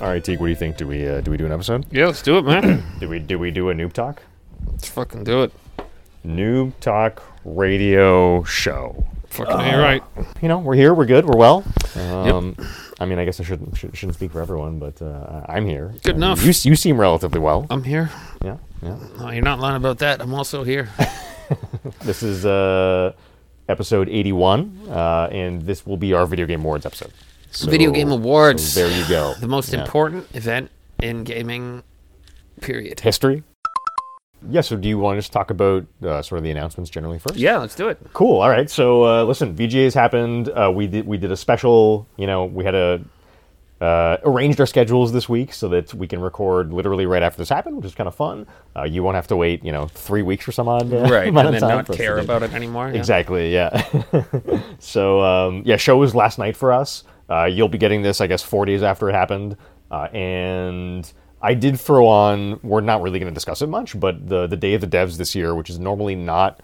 right, Teague, what do you think? Do we uh, do we do an episode? Yeah, let's do it, man. Do we do we do a noob talk? let's fucking do it. Noob talk radio show. Fucking Uh, A right. You know, we're here, we're good, we're well. Um, I mean, I guess I shouldn't should, shouldn't speak for everyone, but uh, I- I'm here. Good And enough. You s- you seem relatively well. I'm here. yeah, yeah. No, you're not lying about that. I'm also here. This is uh, episode 81, uh, and this will be our video game awards episode. Video Game Awards. so there you go. The most Yeah. important event in gaming, period. history. Yeah, so do you want to just talk about uh, sort of the announcements generally first? Yeah, let's do it. Cool. All right. So uh, listen, VGA's happened. Uh, we did we did a special. You know, we had a uh, arranged our schedules this week so that we can record literally right after this happened, which is kind of fun. Uh, you won't have to wait. You know, three weeks or some odd uh, Right, and amount of then time not for us to care do about it anymore. yeah. Exactly. Yeah. so um, yeah, show was last night for us. Uh, you'll be getting this, I guess, four days after it happened. Uh, and I did throw on. We're not really going to discuss it much, but the the day of the devs this year, which is normally not,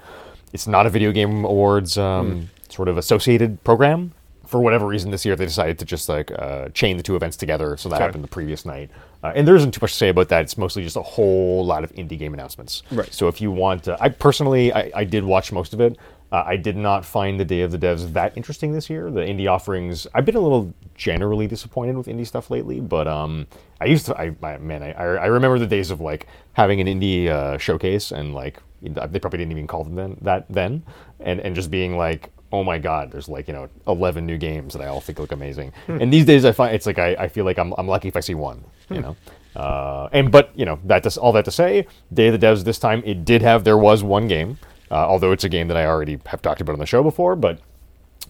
it's not a video game awards um, sort of associated program. For whatever reason, this year they decided to just like uh, chain the two events together, so that Okay. happened the previous night. Uh, and there isn't too much to say about that. It's mostly just a whole lot of indie game announcements. Right. So if you want, uh, I personally, I, I did watch most of it. Uh, I did not find the Day of the Devs that interesting this year. The indie offerings, I've been a little generally disappointed with indie stuff lately, but um, I used to, I, I man, I, I remember the days of like having an indie uh, showcase and like they probably didn't even call them then, that then, and and just being like. Oh my God! There's like you know eleven new games that I all think look amazing, and these days I find it's like I, I feel like I'm, I'm lucky if I see one, you know. Uh, and but you know that does, all that to say, Day of the Devs this time it did have there was one game, uh, although it's a game that I already have talked about on the show before, but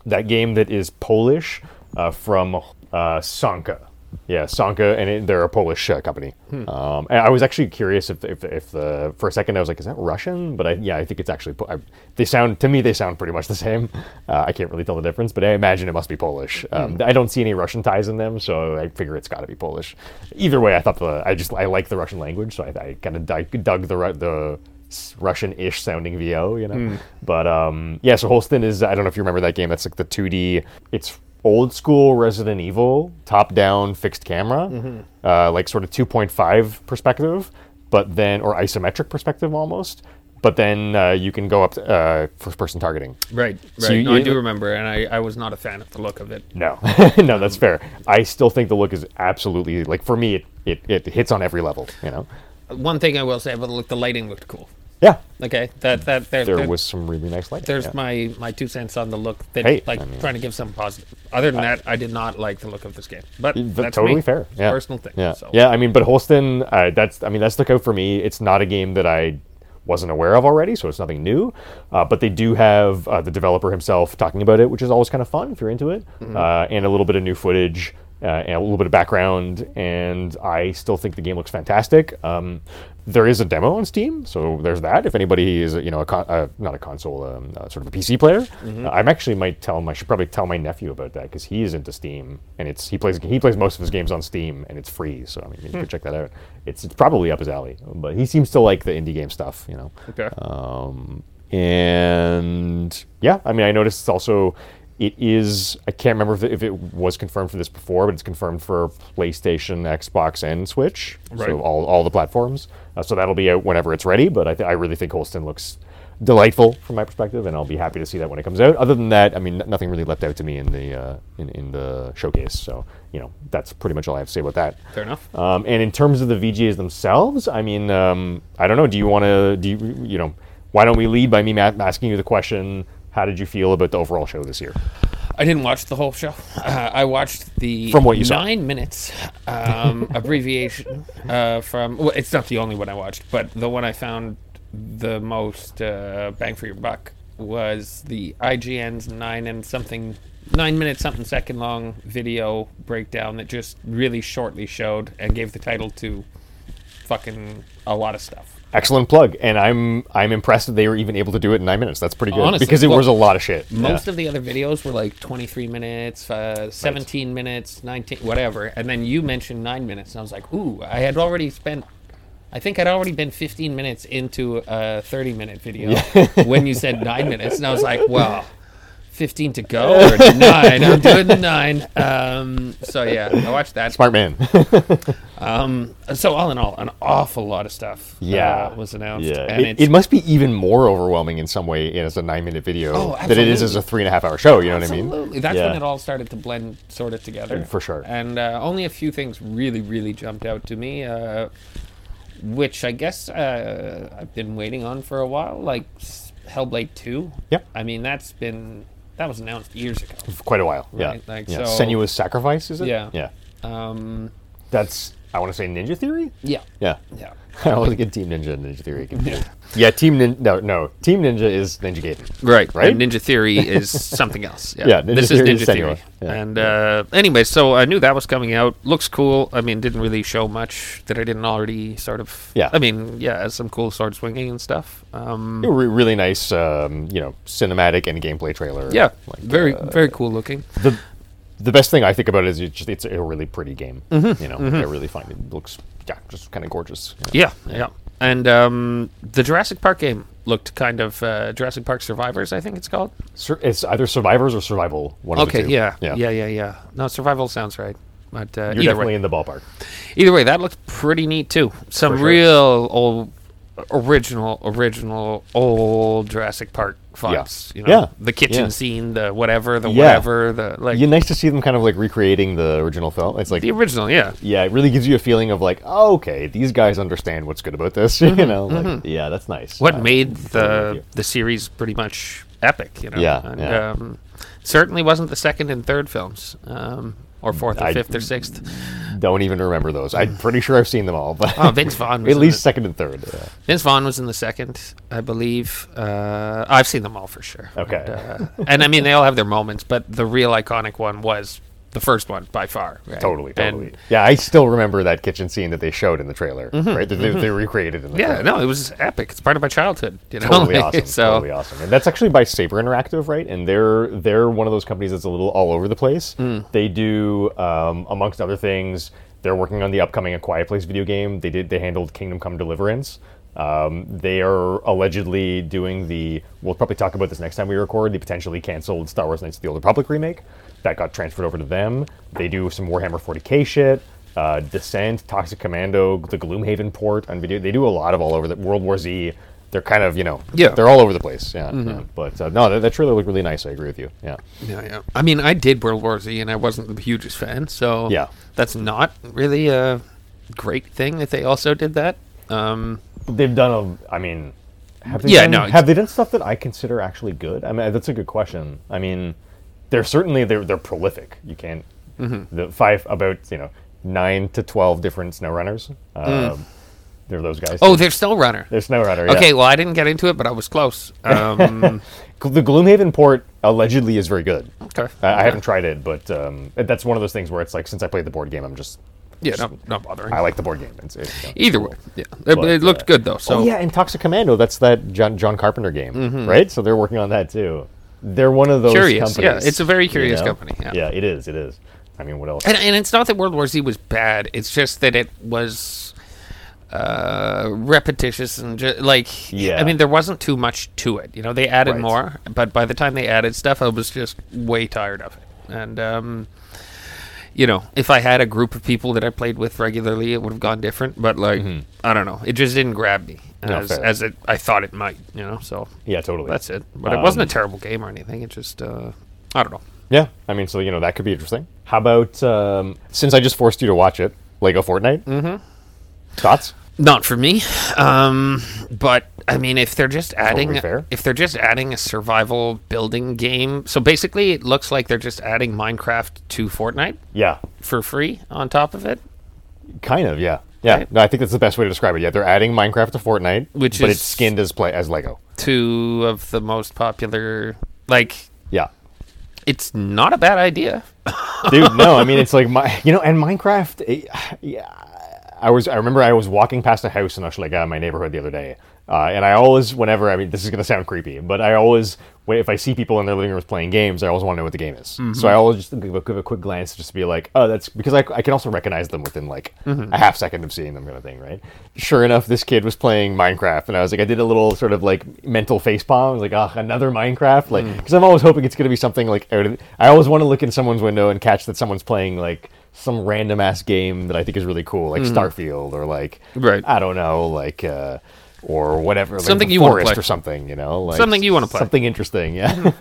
that game that is Polish uh, from uh, Sanka. Yeah, Sanka, and it, they're a Polish uh, company. Um, and I was actually curious if, if, if the for a second I was like, is that Russian? But I, yeah, I think it's actually. Po- I, they sound to me they sound pretty much the same. Uh, I can't really tell the difference, but I imagine it must be Polish. Um, I don't see any Russian ties in them, so I figure it's got to be Polish. Either way, I thought the I just I like the Russian language, so I, I kind of dug the Ru- the s- Russian-ish sounding VO, you know. But um, yeah, so Holston is I don't know if you remember that game. That's like the 2D. It's old school Resident Evil, top-down fixed camera, uh, like sort of 2.5 perspective, but then or isometric perspective almost. But then uh, you can go up to, uh, first-person targeting. Right, right. So you- no, I you- do remember, and I, I was not a fan of the look of it. No, no, that's fair. I still think the look is absolutely like for me. It, it, it hits on every level, you know. One thing I will say about the look, the lighting looked cool. Yeah, Okay, that that there, there there- was some really nice lighting. There's yeah. my my two cents on the look. That, Hey, like I mean- trying to give some positive. Other than that, I did not like the look of this game. But Th- that's totally me. fair. It's a Yeah. Personal thing. Yeah. So. Yeah. I mean, but Holston, uh, that's I mean that's the code for me. It's not a game that I wasn't aware of already, so it's nothing new. Uh, but they do have uh, the developer himself talking about it, which is always kind of fun if you're into it, Mm-hmm. uh, and a little bit of new footage. Uh, and a little bit of background, and I still think the game looks fantastic. Um, there is a demo on Steam, so there's that. If anybody is, you know, a con- uh, not a console, um, uh, sort of a PC player, uh, I'm actually might tell him. I should probably tell my nephew about that because he is into Steam, and it's he plays he plays most of his games on Steam, and it's free. So I mean, you can check that out. It's, it's probably up his alley, but he seems to like the indie game stuff, you know. Okay. Um, and yeah, I mean, I noticed it's also it is. I can't remember if it, if it was confirmed for this before, but it's confirmed for PlayStation, Xbox, and Switch. Right. So all, all the platforms. Uh, so that'll be out whenever it's ready. But I, th- I really think Holston looks delightful from my perspective, and I'll be happy to see that when it comes out. Other than that, I mean, n- nothing really left out to me in the uh, in, in the showcase. So you know, that's pretty much all I have to say about that. Fair enough. Um, and in terms of the VGAs themselves, I mean, um, I don't know. Do you want to? Do you, you know? Why don't we lead by me ma- asking you the question? How did you feel about the overall show this year? I didn't watch the whole show. Uh, I watched the From what you saw. nine minutes um, abbreviation uh, from. Well, it's not the only one I watched, but the one I found the most uh, bang for your buck was the IGN's nine and something nine minute something second long video breakdown that just really shortly showed and gave the title to fucking a lot of stuff. Excellent plug, and I'm I'm impressed that they were even able to do it in nine minutes. That's pretty good Honestly, because it well, was a lot of shit. Most of the other videos were like 23 minutes, uh, 17 minutes, 19, whatever. And then you mentioned nine minutes, and I was like, ooh, I had already spent, I think I'd already been 15 minutes into a 30 minute video when you said nine minutes. And I was like, well, 15 to go or 9. I'm doing 9. Um, so yeah, I watched that. Smart man. Um, so all in all, an awful lot of stuff uh, yeah, was announced. Yeah, And it, it's it must be even more overwhelming in some way as a nine-minute video Oh, than it is as a absolutely. three and a half hour show. You know what I mean? Absolutely. That's Yeah. Mm, when it all started to blend sort of together. For sure. And uh, only a few things really, really jumped out to me, uh, which I guess uh, I've been waiting on for a while, like s- Hellblade 2. Yep. I mean, that's been, that was announced years ago. For quite a while. Yeah. Right, like, yeah. so- Senua's sacrifice is it? Yeah. Yeah. Um, That's I want to say Ninja Theory. yeah. Yeah. Yeah. I want to get Team Ninja and Ninja Theory. Yeah. confused. yeah. Team Ninja. No, no. Team Ninja is Ninja Gaiden. Right, Right? And Ninja Theory is something else. Yeah, Yeah, Ninja this Theory is is Ninja Senua. Theory. Yeah. And uh, anyway, so I knew that was coming out. Looks cool. I mean, didn't really show much that I didn't already sort of. Yeah. I mean, yeah, has some cool sword swinging and stuff. Um, A re- really nice, um, you know, cinematic and gameplay trailer. yeah, Like, uh, very very cool looking. the the best thing I think about it is it's just it's a really pretty game. You know, I really find it looks yeah, just kind of gorgeous. Yeah. Mm-hmm. Yeah, yeah. And um, the Jurassic Park game looked kind of uh, Jurassic Park Survivors, I think it's called. Sur- it's either survivors or survival. One Okay, of the two. yeah, yeah, yeah, yeah, No, Survival sounds right. But uh, You're either definitely way. in the ballpark. Either way, that looked pretty neat too. Some For sure. real old, original, original old Jurassic Park vibes. You know, Yeah. the kitchen Yeah. scene, the whatever, the Yeah. whatever, the like Yeah, nice to see them kind of like recreating the original film. It's like the original. Yeah, yeah, it really gives you a feeling of like, oh, okay, these guys understand what's good about this. you know, like, yeah, that's nice. Mm-hmm. what Uh, made totally the with you. the series pretty much epic. You know, Yeah, and yeah. Um, certainly wasn't the second and third films, um, or fourth or I- fifth or sixth. don't even remember those. I'm pretty sure I've seen them all, but Oh, Vince Vaughn. Was at in least the- second and third. Yeah. Vince Vaughn was in the second, I believe. Uh, I've seen them all for sure. Okay. And, uh, and I mean, they all have their moments, but the real iconic one was the first one by far. right? Totally, And- totally. yeah, I still remember that kitchen scene that they showed in the trailer, right? That they, they recreated in the Mm-hmm, yeah, trailer. no, it was epic. It's part of my childhood. You know? Totally Like, awesome. So, Totally awesome. And that's actually by Saber Interactive, right? And they're they're one of those companies that's a little all over the place. They do, um, amongst other things, they're working on the upcoming A Quiet Place video game. They did they handled Kingdom Come Deliverance. Um, they are allegedly doing the. We'll probably talk about this next time we record. The potentially canceled Star Wars Knights of the Old Republic remake that got transferred over to them. They do some Warhammer 40k shit uh, Descent, Toxic Commando, the Gloomhaven port on video. They do a lot of all over the World War Z. They're kind of you know Yeah. they're all over the place. Yeah, yeah. but uh, no, that, that trailer looked really nice. I agree with you. Yeah, yeah, yeah. I mean, I did World War Z, and I wasn't the hugest fan. So, Yeah. that's not really a great thing that they also did that. Um, they've done a. I mean, have they Yeah, done, no, it's- have they done stuff that I consider actually good? I mean, that's a good question. I mean, they're certainly they're they're prolific. You can't Mm-hmm. the five about you know nine to twelve different snow runners. Um, They're those guys. Mm. oh, there's Snow Runner. they're snow runner. yeah. Okay, well, I didn't get into it, but I was close. Um, Gl- The Gloomhaven port allegedly is very good. okay. I, I haven't tried it, but um, that's one of those things where it's like since I played the board game, I'm just Yeah, not, not bothering. I like the board game. It's, it's, you know, Either cool. way, yeah, it, But, it looked uh, good though. So Mm-hmm. oh yeah, and Toxic Commando. That's that John, John Carpenter game, right? So they're working on that too. They're one of those Curious, yeah, companies. it's a very you curious know? company, yeah. it is. It is. I mean, what else? and, and it's not that World War Z was bad. It's just that it was uh, repetitious and ju- like Yeah. I mean, there wasn't too much to it. You know, they added Right. more, but by the time they added stuff, I was just way tired of it. And um, you know, if I had a group of people that I played with regularly, it would have gone different. But like, I don't know, it just didn't grab me Mm-hmm. No, as fair. as it I thought it might. You know, so Yeah, Um, totally. That's it. But it wasn't a terrible game or anything. It just, uh, I don't know. Yeah, I mean, so you know that could be interesting. How about um, since I just forced you to watch it, Lego Fortnite? Mm-hmm. Thoughts? Not for me. Um, but I mean, if they're just adding, fair. if they're just adding a survival building game, so basically it looks like they're just adding Minecraft to Fortnite Yeah, for free on top of it, Kind of, yeah. Yeah, Right? no, I think that's the best way to describe it. Yeah, they're adding Minecraft to Fortnite, Which but is- it's skinned as play as Lego. two of the most popular. Like, Yeah, it's not a bad idea. dude. no, I mean it's like my, you know, and Minecraft. eh, yeah, I was I remember I was walking past a house in Oshlaga, my neighborhood, the other day, Uh, and I always, whenever I mean, this is going to sound creepy, but I always, when- if I see people in their living rooms playing games, I always want to know what the game is. So I always just give a, give a quick glance, just to be like, oh, that's because I, I can also recognize them within like a half second of seeing them, kind of thing, right? Sure enough, this kid was playing Minecraft, and I was like, I did a little sort of like mental face palm. I was like, ah, another Minecraft, like, because I'm always hoping it's going to be something like out of, I always want to look in someone's window and catch that someone's playing like some random ass game that I think is really cool, like Starfield or like Mm-hmm. Right. I don't know, like uh, or whatever, like Something the you wanna forest play. or something, you know, like Something you wanna play. Mm-hmm. something interesting, yeah.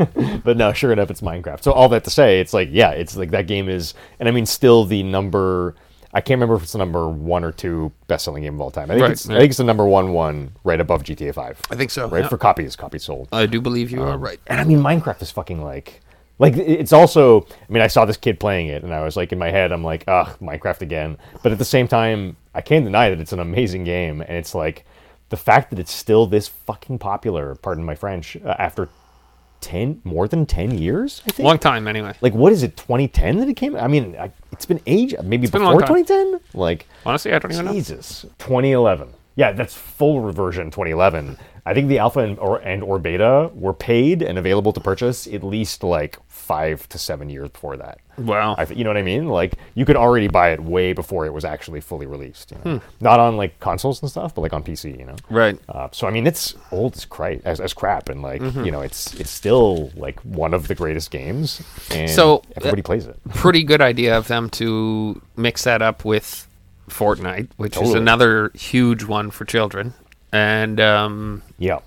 but no, sure enough, it's Minecraft. So all that to say, it's like yeah, it's like that game is, and I mean, still the number. I can't remember if it's the number one or two best-selling game of all time. I think Right, it's yeah. I think it's the number one one right above GTA Five. I think so. right Yeah. for Um, copies, copies sold. I do believe you are right. And I mean, Minecraft is fucking like, like it- it's also. I mean, I saw this kid playing it, and I was like, in my head, I'm like, ugh, Minecraft again. But at the same time, I can't deny that it's an amazing game, and it's like the fact that it's still this fucking popular. Pardon my French. Uh, after ten, more than ten years, I think. Long time anyway. like what is it? 2010 that it came. I mean, I, it's been age. Maybe been a long before time. 2010. Like Honestly, I don't even know. Jesus. 2011. Yeah, that's full version 2011. I think the alpha and or, and or beta were paid and available to purchase at least like five to seven years before that. Wow. I th- you know what I mean? Like you could already buy it way before it was actually fully released. you know? Not on like consoles and stuff, but like on PC. You know. Hmm. Right. Uh, so I mean, it's old as crap, as, as crap, and like Mm-hmm. you know, it's it's still like one of the greatest games, and So, uh, everybody plays it. Pretty good idea of them to mix that up with Fortnite, which is Totally. another huge one for children. And um, Yeah,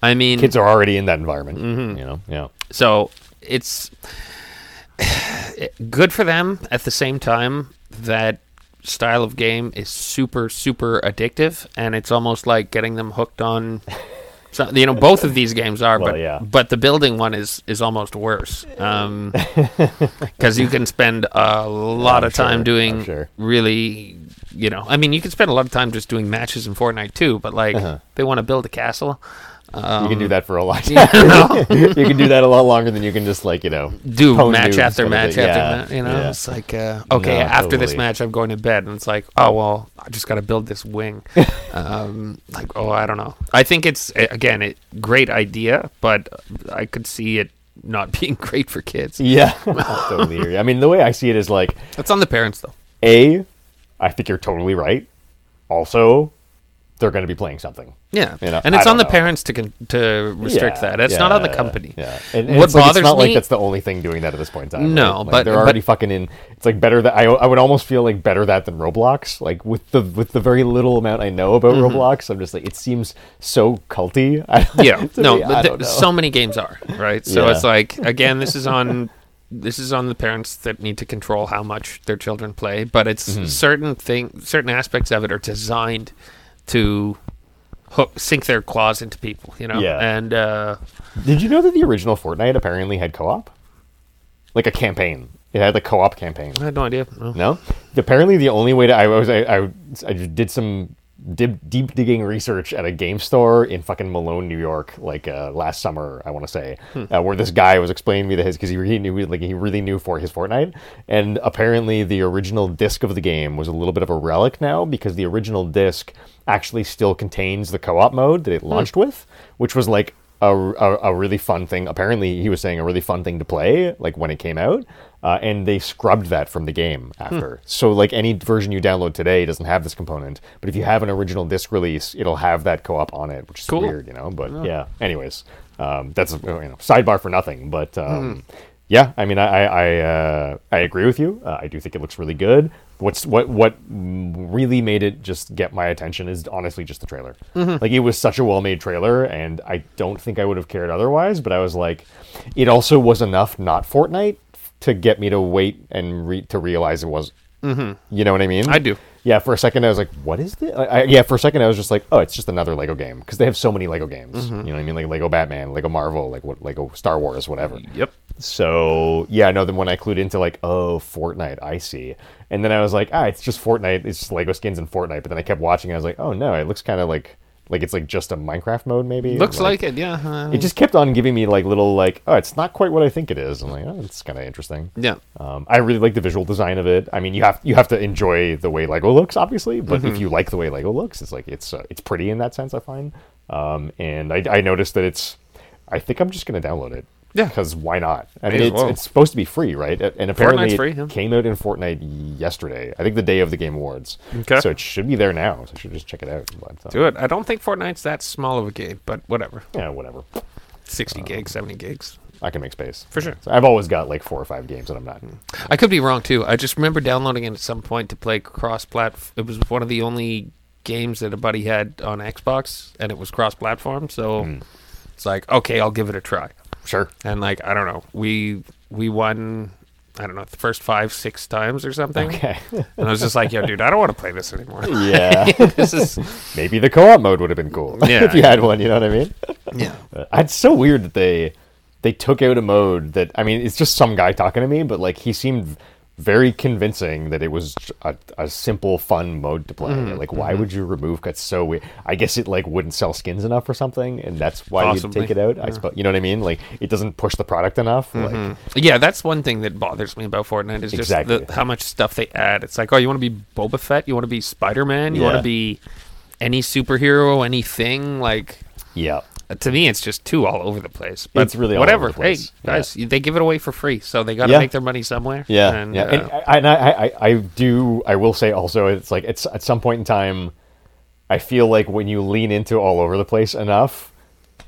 I mean, kids are already in that environment. Mm-hmm. You know, yeah. So it's good for them at the same time that style of game is super super addictive and it's almost like getting them hooked on so, you know both of these games are Well, but yeah. but the building one is is almost worse um cuz you can spend a lot I'm of time sure, doing I'm sure. really you know I mean you can spend a lot of time just doing matches in Fortnite too but like Uh-huh. they want to build a castle um, You can do that for a lot. you can do that a lot longer than you can just like you know do pwn match dudes after kind of match thing. after Yeah, match. You know, yeah. it's like uh, okay, No, after this totally. match, I'm going to bed, and it's like, oh well, I just got to build this wing. um, like, oh, I don't know. I think it's a- again, it great idea, but I could see it not being great for kids. Yeah, I totally. hear you. I mean, the way I see it is like That's on the parents though. a. I think you're totally right. Also, they're going to be playing something. Yeah, You know, and I it's don't on the know. parents to con- to restrict Yeah, that. It's not on the yeah, company. Yeah, and, and What it's like, bothers it's not me- like that's the only thing doing that at this point in time. right? No, Like, but- they're but- already fucking in. It's like better that I, I would almost feel like better that than Roblox. Like with the with the very little amount I know about Mm-hmm. Roblox, I'm just like it seems so culty. yeah to no me, I but don't th- know. so many games are right so Yeah. it's like again this is on this is on the parents that need to control how much their children play but it's Mm-hmm. certain thing certain aspects of it are designed to hook sink their claws into people you know Yeah. and uh Did you know that the original Fortnite apparently had co-op? Like a campaign. It had the co-op campaign. i had no idea no. No? Apparently the only way to I was I I, I just did some dip, deep digging research at a game store in fucking Malone, New York, like uh, last summer, I want to say, uh, where this guy was explaining to me that his because he really knew like he really knew for his Fortnite, and apparently the original disc of the game was a little bit of a relic now because the original disc actually still contains the co-op mode that it launched with, which was like a, a, a really fun thing. Apparently, he was saying a really fun thing to play, like when it came out, uh, and they scrubbed that from the game after. So, like any version you download today doesn't have this component, but if you have an original disc release, it'll have that co-op on it, which is Cool. weird, you know. But yeah, anyways, um, that's a you know, sidebar for nothing. But um, yeah, I mean, I I I, uh, I agree with you. Uh, I do think it looks really good. What's what what really made it just get my attention is honestly just the trailer. Mm-hmm. Like it was such a well-made trailer, and I don't think I would have cared otherwise. But I was like, it also was enough not Fortnite to get me to wait and re- to realize it was. You know what I mean? Mm-hmm. I do. Yeah, for a second I was like, "What is this?" I, I- yeah, for a second I was just like, "Oh, it's just another Lego game," because they have so many Lego games. You know what I mean? Like Lego Batman, Lego Marvel, like what, Lego Star Wars, whatever. yep So yeah, no. Then when I clued into like, oh, Fortnite, I see. And then I was like, ah, it's just Fortnite. It's just Lego skins and Fortnite. But then I kept watching. And I was like, oh no, it looks kind of like like it's like just a Minecraft mode maybe. looks like, it yeah uh, it just kept on giving me like little like, oh, it's not quite what I think it is. I'm like, oh, it's kind of interesting. yeah Um, I really like the visual design of it. I mean, you have you have to Mm-hmm. enjoy the way Lego looks, obviously. But if you like the way Lego looks, it's like it's uh, it's pretty in that sense. I find Um, and I, I noticed that it's. I think I'm just gonna download it. Yeah. Because why not? I May mean, as it's, well. it's supposed to be free, right? A- And apparently, Fortnite's it free, yeah. came out in Fortnite yesterday. I think the day of the Game Awards. Okay. So it should be there now. So I should just check it out. But, uh, Do it. I don't think Fortnite's that small of a game, but whatever. Yeah, whatever. Oh. 60 gigs, 70 gigs. I can make space For sure. So I've always got like four or five games that I'm not. I could be wrong too. I just remember downloading it at some point to play cross-plat. It was one of the only games that a buddy had on Xbox, and it was cross-platform. So it's like, okay, I'll give it a try. Sure. And like, I don't know, we we won. I don't know the first five, six times or something. Okay. And I was just like, yo, dude, I don't want to play this anymore. yeah. this is Maybe the co-op mode would have been cool Yeah. if you had one. You know what I mean? yeah. Uh, It's so weird that they they took out a mode that I mean, it's just some guy talking to me, but like he seemed very convincing that it was j- a, a simple, fun mode to play. Mm-hmm. Like, why would you remove? That's so weird. I guess it like wouldn't sell skins enough or something, and that's why you Possibly. take it out. I suppose you know what I mean. Like, it doesn't push the product enough. Like, Yeah, that's one thing that bothers me about Fortnite is just Exactly. the, how much stuff they add. It's like, oh, you want to be Boba Fett, you want to be Spider Man, you want Yeah. to be any superhero, anything. Like uh, yeah, to me, it's just too all over the place. But It's really all whatever. over the place. Hey, guys, they give it away for free, so they got to Yeah. make their money somewhere. Yeah, and, yeah. uh, and I, and I, I, I do. I will say also, it's like it's at some point in time, I feel like when you lean into all over the place enough,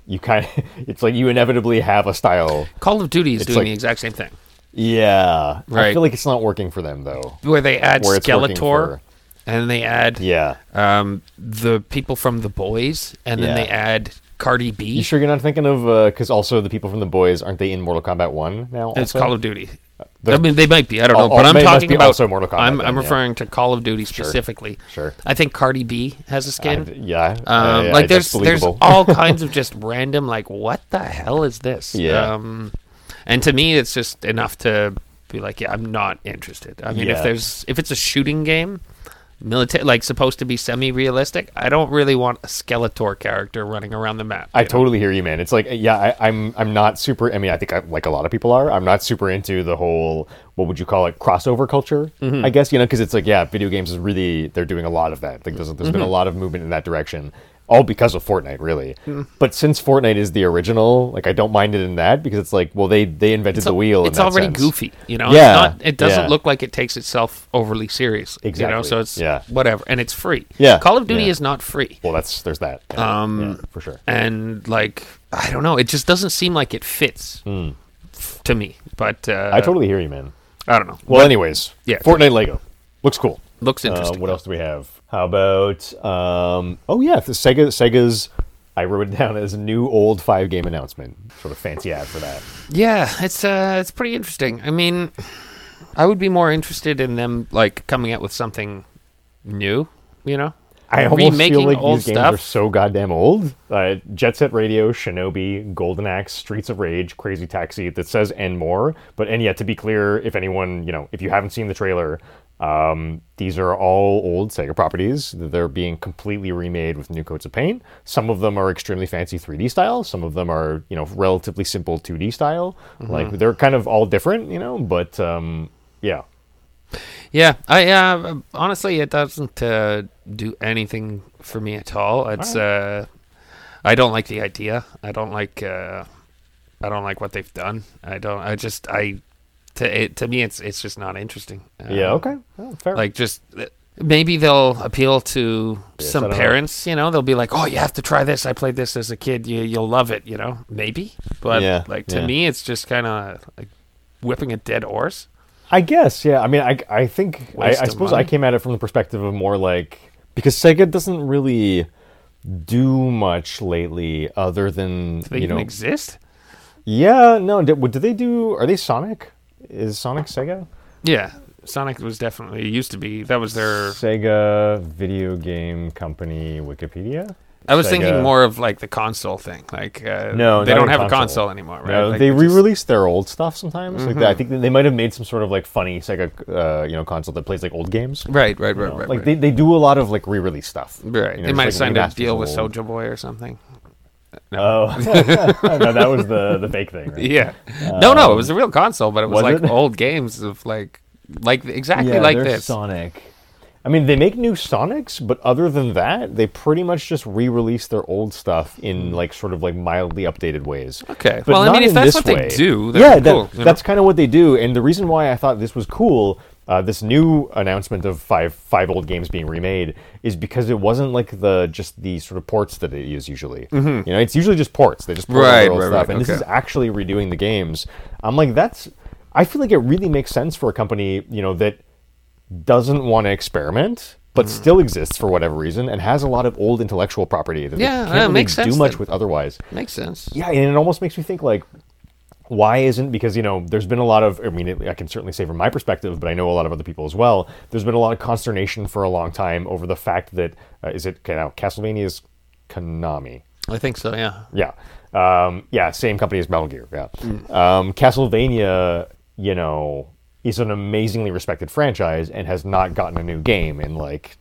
you kind of, it's like you inevitably have a style. Call of Duty is doing like- the exact same thing, Yeah, I Right. feel like it's not working for them though. where they add Where it's working Skeletor, for- and they add Yeah, um, the people from the boys, and then Yeah. they add Cardi B. you sure you're not thinking of because also the people from the boys aren't they in Mortal Kombat One now? It's also? Call of Duty. The- I mean, they might be. I don't know, Oh, but oh, I'm they must talking be about. also Mortal Kombat I'm, then, I'm yeah. referring to Call of Duty specifically. sure. I think Cardi B has a I- skin. yeah, um, yeah, like yeah, there's that's there's believable. all kinds of just random like what the hell is this? Yeah. Um, and to me, it's just enough to be like, yeah, I'm not interested. I mean, if Yeah. there's if it's a shooting game, military like supposed to be semi-realistic, I don't really want a Skeletor character running around the map. I you know? totally hear you, man. It's like, yeah, I, I'm, I'm not super. I mean, I think I, like a lot of people are. I'm not super into the whole, what would you call it, crossover culture. Mm-hmm. I guess you know, because it's like, yeah, video games is really they're doing a lot of that. Like, there's, there's been a Mm-hmm. lot of movement in that direction, all because of Fortnite, really. Mm-hmm. But since Fortnite is the original, like, I don't mind it in that because it's like, well, they they invented the al- wheel. in It's that already sense. goofy, you know. Yeah, It's not, it doesn't yeah. look like it takes itself overly serious. You know, Exactly, so it's yeah. whatever, and it's free. Yeah, Call of Duty yeah. is not free, Well, that's there's that. Yeah, Um, yeah, for sure. and like I don't know, it just doesn't seem like it fits f- to me. But uh, Hmm. I totally hear you, man. I don't know. Well, anyways, Yeah. Fortnite Lego looks cool. Looks Uh, interesting. what else do we have? How about um, oh yeah, the Sega Sega's I wrote it down as new old five game announcement. Sort of fancy ad for that. Yeah, it's uh, it's pretty interesting. I mean, I would be more interested in them like coming out with something new. You know, I almost Remaking feel like old these games stuff? are so goddamn old. Uh, Jet Set Radio, Shinobi, Golden Axe, Streets of Rage, Crazy Taxi. That says and more, but and yet to be clear, if anyone you know, if you haven't seen the trailer, um, these are all old Sega properties. They're being completely remade with new coats of paint. Some of them are extremely fancy 3D style. Some of them are you know relatively simple 2D style. Mm-hmm. Like they're kind of all different, you know. But um, yeah, Yeah, I uh, honestly, it doesn't uh, do anything for me at all. It's uh, I don't like the idea. I don't like uh, I don't like what they've done. I don't. I just I to it, to me, it's it's just not interesting. Uh, yeah, okay, Oh, fair. Like just uh, maybe they'll appeal to Yes, I some don't know. parents. You know, they'll be like, "Oh, you have to try this. I played this as a kid. You you'll love it." You know, maybe. But Yeah, like to yeah. me, it's just kind of like whipping a dead horse. I guess, yeah. I mean, I, I think, I, I Waste of suppose money. I came at it from the perspective of more like, because Sega doesn't really do much lately other than, They you even know. exist. yeah, no, did, what- did they do, are they Sonic? Is Sonic Sega? Yeah, Sonic was definitely used to be. That was their. Sega Video Game Company Wikipedia? I was Sega. thinking more of like the console thing. Like uh, No, they not don't a have a console. console anymore, right? No, Like, they just- Mm-hmm. re-released their old stuff sometimes. Like I think they might have made some sort of like funny Sega, uh, you know, console that plays like old games. Right, right, right, right. Like right. they, they do a lot of like re-release stuff. Right. You know, they just, might like, have signed a remasters deal of with old- Soldier Boy or something. Oh, no, that was the the fake thing. Right? Yeah. no, no, it was a real console, but it was was, like it? old games of like, like exactly Yeah, like there's this. Sonic. I mean, they make new Sonics, but other than that, they pretty much just re-release their old stuff in like sort of like mildly updated ways. Okay. But Well, I not mean, if in that's this what they way. do, that'd yeah, be that- cool, you know? that's kind of what they do. And the reason why I thought this was cool, uh, this new announcement of five five old games being remade, is because it wasn't like the just the sort of ports that they use usually. You know, it's usually just ports. They just port Mm-hmm. Right, over old right, stuff, right, and okay. this is actually redoing the games. I'm like, that's. I feel like it really makes sense for a company, you know, that doesn't want to experiment, but Mm. still exists for whatever reason and has a lot of old intellectual property that Yeah, they yeah, can't really makes do sense much then. with otherwise. Makes sense. Yeah, and it almost makes me think like, why isn't because you know there's been a lot of I mean it, I can certainly say from my perspective, but I know a lot of other people as well. There's been a lot of consternation for a long time over the fact that uh, is it okay, now Castlevania's Konami, I think so. Yeah. yeah. Um, yeah, same company as Metal Gear. Yeah. Um, Castlevania, you know, is an amazingly respected franchise and has not gotten a new game. And, like,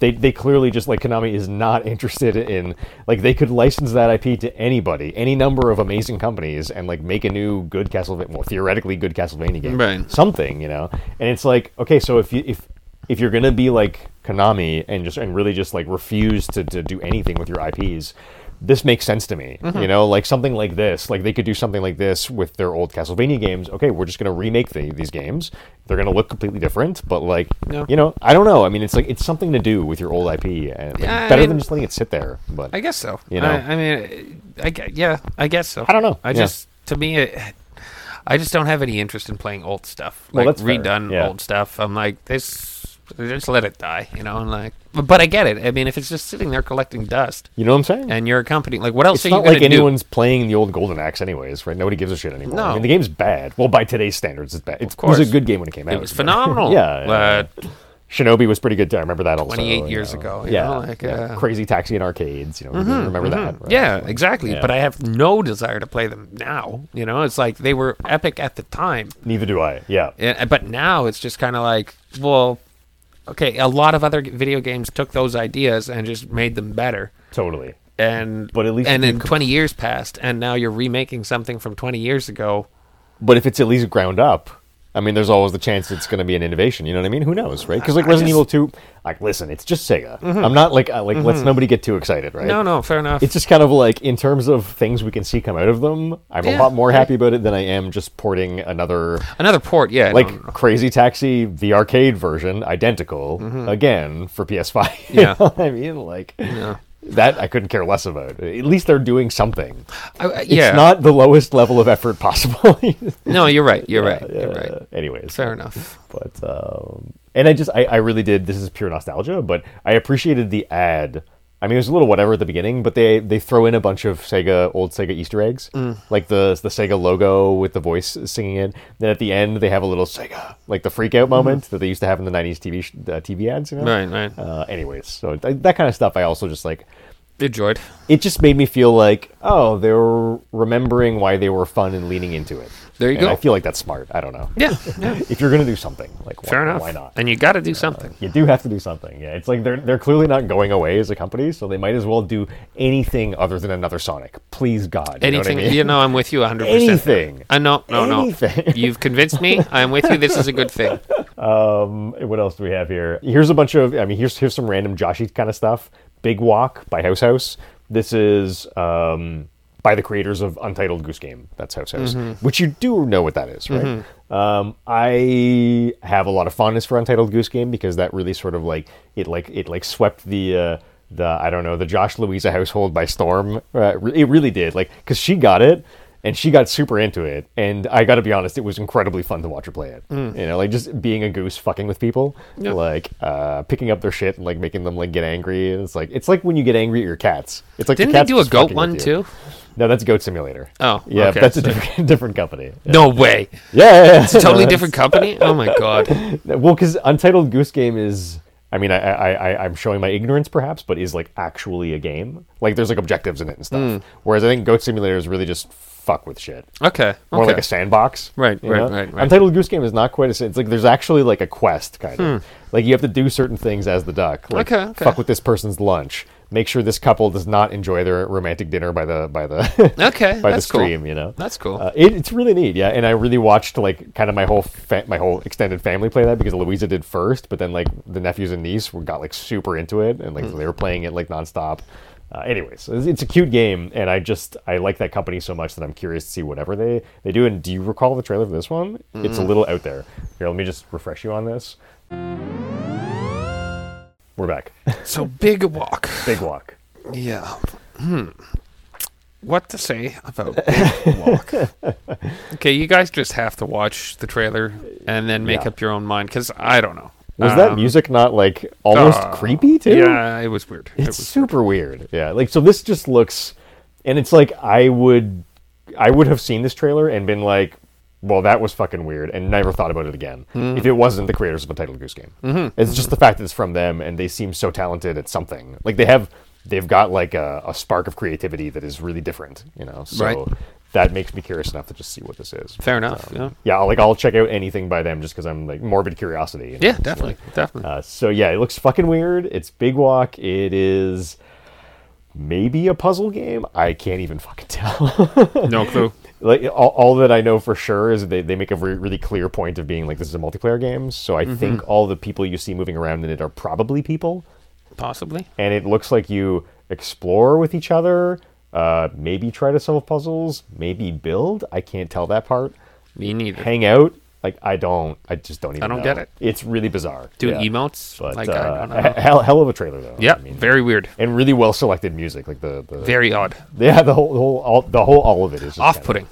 they, they clearly just, like, Konami is not interested in, like, they could license that IP to anybody, any number of amazing companies, and, like, make a new good Castlevania, well, theoretically good Castlevania game. Right. Something, you know? And it's like, okay, so if you, if, if you're gonna be like Konami and just and really just like refuse to, to do anything with your IPs, this makes sense to me. Mm-hmm. You know, like something like this, like they could do something like this with their old Castlevania games. Okay, we're just gonna remake the, these games. They're gonna look completely different, but like Yeah. you know, I don't know. I mean, it's like it's something to do with your old IP, and like, Yeah, I better mean- than just letting it sit there. But I guess so. You know? I, I mean, I, gue- yeah, I guess so. I don't know. I Yeah. just, to me, it, I just don't have any interest in playing old stuff, Well, like that's fair. redone Yeah. old stuff. I'm like, this, just let it die, you know. And like, but, but I get it. I mean, if it's just sitting there collecting dust, you know what I'm saying? and you're a company, like, what else it's are you not going like to do? anyone's playing the old Golden Axe, anyways, right? Nobody gives a shit anymore. I No. mean, the game's bad. Well, by today's standards, it's bad. It's, It course. was a good game when it came out. It was but- phenomenal. yeah, yeah, uh, Shinobi was pretty good. Too. I remember that also. 28 you years know. ago, you Yeah, know, like, yeah. uh, Mm-hmm, Crazy Taxi and arcades. You know, we didn't remember that? Right? Yeah, exactly. Yeah. But I have no desire to play them now. You know, it's like they were epic at the time. Neither do I. Yeah. Yeah, but now it's just kind of like, well, okay, a lot of other g- video games took those ideas and just made them better. Totally. And But at least and you then 20 years passed and now you're remaking something from 20 years ago. But if it's at least ground up, I mean, there's always the chance it's going to be an innovation. You know what I mean? Who knows, right? Because like I Resident just- Evil Two, like listen, it's just Sega. I'm not like uh, like let's nobody get too excited, right? Mm-hmm. No, no, fair enough. It's just kind of like in terms of things we can see come out of them. I'm a Yeah. lot more happy about it than I am just porting another Another port, yeah. no, like no, no. Crazy Taxi, the arcade version, identical again for PS5. You Mm-hmm. Yeah. know what I mean, like that I couldn't care less about. At least they're doing something. I- I- It's yeah. not the lowest level of effort possible. no, you're right. You're right. You're Uh, right. Anyways, Fair enough. but um, and I just I, I really did. This is pure nostalgia, but I appreciated the ad. I mean, it was a little whatever at the beginning, but they they throw in a bunch of Sega old Sega Easter eggs, Mm. like the the Sega logo with the voice singing it. Then at the end, they have a little Sega, like the freak out moment that they used to have in the '90s TV sh- uh, TV ads. You know? Mm. Right, right. Uh, anyways, so th- that kind of stuff, I also just like Enjoyed. it just made me feel like oh they're remembering why they were fun and leaning into it There you And go. i feel like that's smart i don't know Yeah. yeah. if you're gonna do something like why, Fair enough. why not Uh, And you got to do something. you do have to do something yeah it's like they're, they're clearly not going away as a company so they might as well do anything other than another sonic please god you know what I Anything, mean? you know, I'm with you 100%. there. Anything. Uh, no, no, no. Anything. You've convinced me. I'm with you. This is a good thing. um, what else do we have here? Here's a bunch of. I mean, here's here's some random Joshy kind of stuff. Big Walk by House House. This is um, by the creators of Untitled Goose Game. That's House House, which you do know what that is, right? Um, I have a lot of fondness for Untitled Goose Game because that really sort of like it like it like swept the. Uh, the I don't know the Josh Louisa household by storm. Uh, re- it really did, like because she got it and she got super into it. And I got to be honest, it was incredibly fun to watch her play it. Mm. You know, like just being a goose, fucking with people, like uh, picking up their shit and like making them like get angry. And it's like it's like when you get angry at your cats. It's like the Didn't they cat's do a just goat fucking with one you. too? No, that's Goat Simulator. Oh, yeah, okay, but that's a sorry. different, different company. Yeah, No way. yeah, yeah, yeah. Totally different company. Oh my god. Well, because Untitled Goose Game is. I mean, I, I, I, I'm showing my ignorance perhaps, Mm. but is like actually a game. Like there's like objectives in it and stuff. Whereas I think Goat Simulator is really just fuck with shit. Okay. okay. More like a sandbox. Right, you know? right, right, right. Untitled Goose Game is not quite as it's like there's actually like a quest kind of. Like you have to do certain things as the duck. Like Hmm. Okay, okay. fuck with this person's lunch. Make sure this couple does not enjoy their romantic dinner by the by the Okay, by the that's cool. stream, you know. That's cool. Uh, it, it's really neat, yeah. And I really watched like kind of my whole fa- my whole extended family play that because Louisa did first, but then like the nephews and niece were, got like super into it and like Hmm. they were playing it like nonstop. Uh, anyways, it's, it's a cute game, and I just I like that company so much that I'm curious to see whatever they they do. And do you recall the trailer for this one? It's a Hmm. little out there. Here, let me just refresh you on this. We're back. so big walk. Big walk. Yeah. Hmm. What to say about Big Walk? okay, you guys just have to watch the trailer and then make Yeah. up your own mind because I don't know. Was that Um, music not like almost uh, creepy too? Yeah, it was weird. it It's was super weird. Yeah, like so this just looks, and it's like I would, I would have seen this trailer and been like, well, that was fucking weird, and never thought about it again. Mm-hmm. If it wasn't the creators of the Title Goose Game, mm-hmm. it's just the fact that it's from them, and they seem so talented at something. Like they have, they've got like a, a spark of creativity that is really different. You know, so Right. that makes me curious enough to just see what this is. fair enough. yeah. Yeah, I'll, like I'll check out anything by them just because I'm like morbid curiosity. you know? Yeah, definitely, definitely. Uh, so yeah, it looks fucking weird. It's big walk. It is maybe a puzzle game. I can't even fucking tell. no clue. like all, all that I know for sure is they, they make a re- really clear point of being like this is a multiplayer game. So I think all the people you see moving around in it are probably people, Possibly. and it looks like you explore with each other. Uh, maybe try to solve puzzles. Maybe build. I can't tell that part. Me neither. Hang out. Like I don't. I just don't even. don't know. get it. It's really bizarre. Do Yeah. emotes? But like uh, I don't know. he- hell, hell of a trailer though. yeah, I mean, very weird. and really well selected music. Like the, the Very odd. yeah, the whole, the whole all, the whole all of it is just kind of- Off-putting.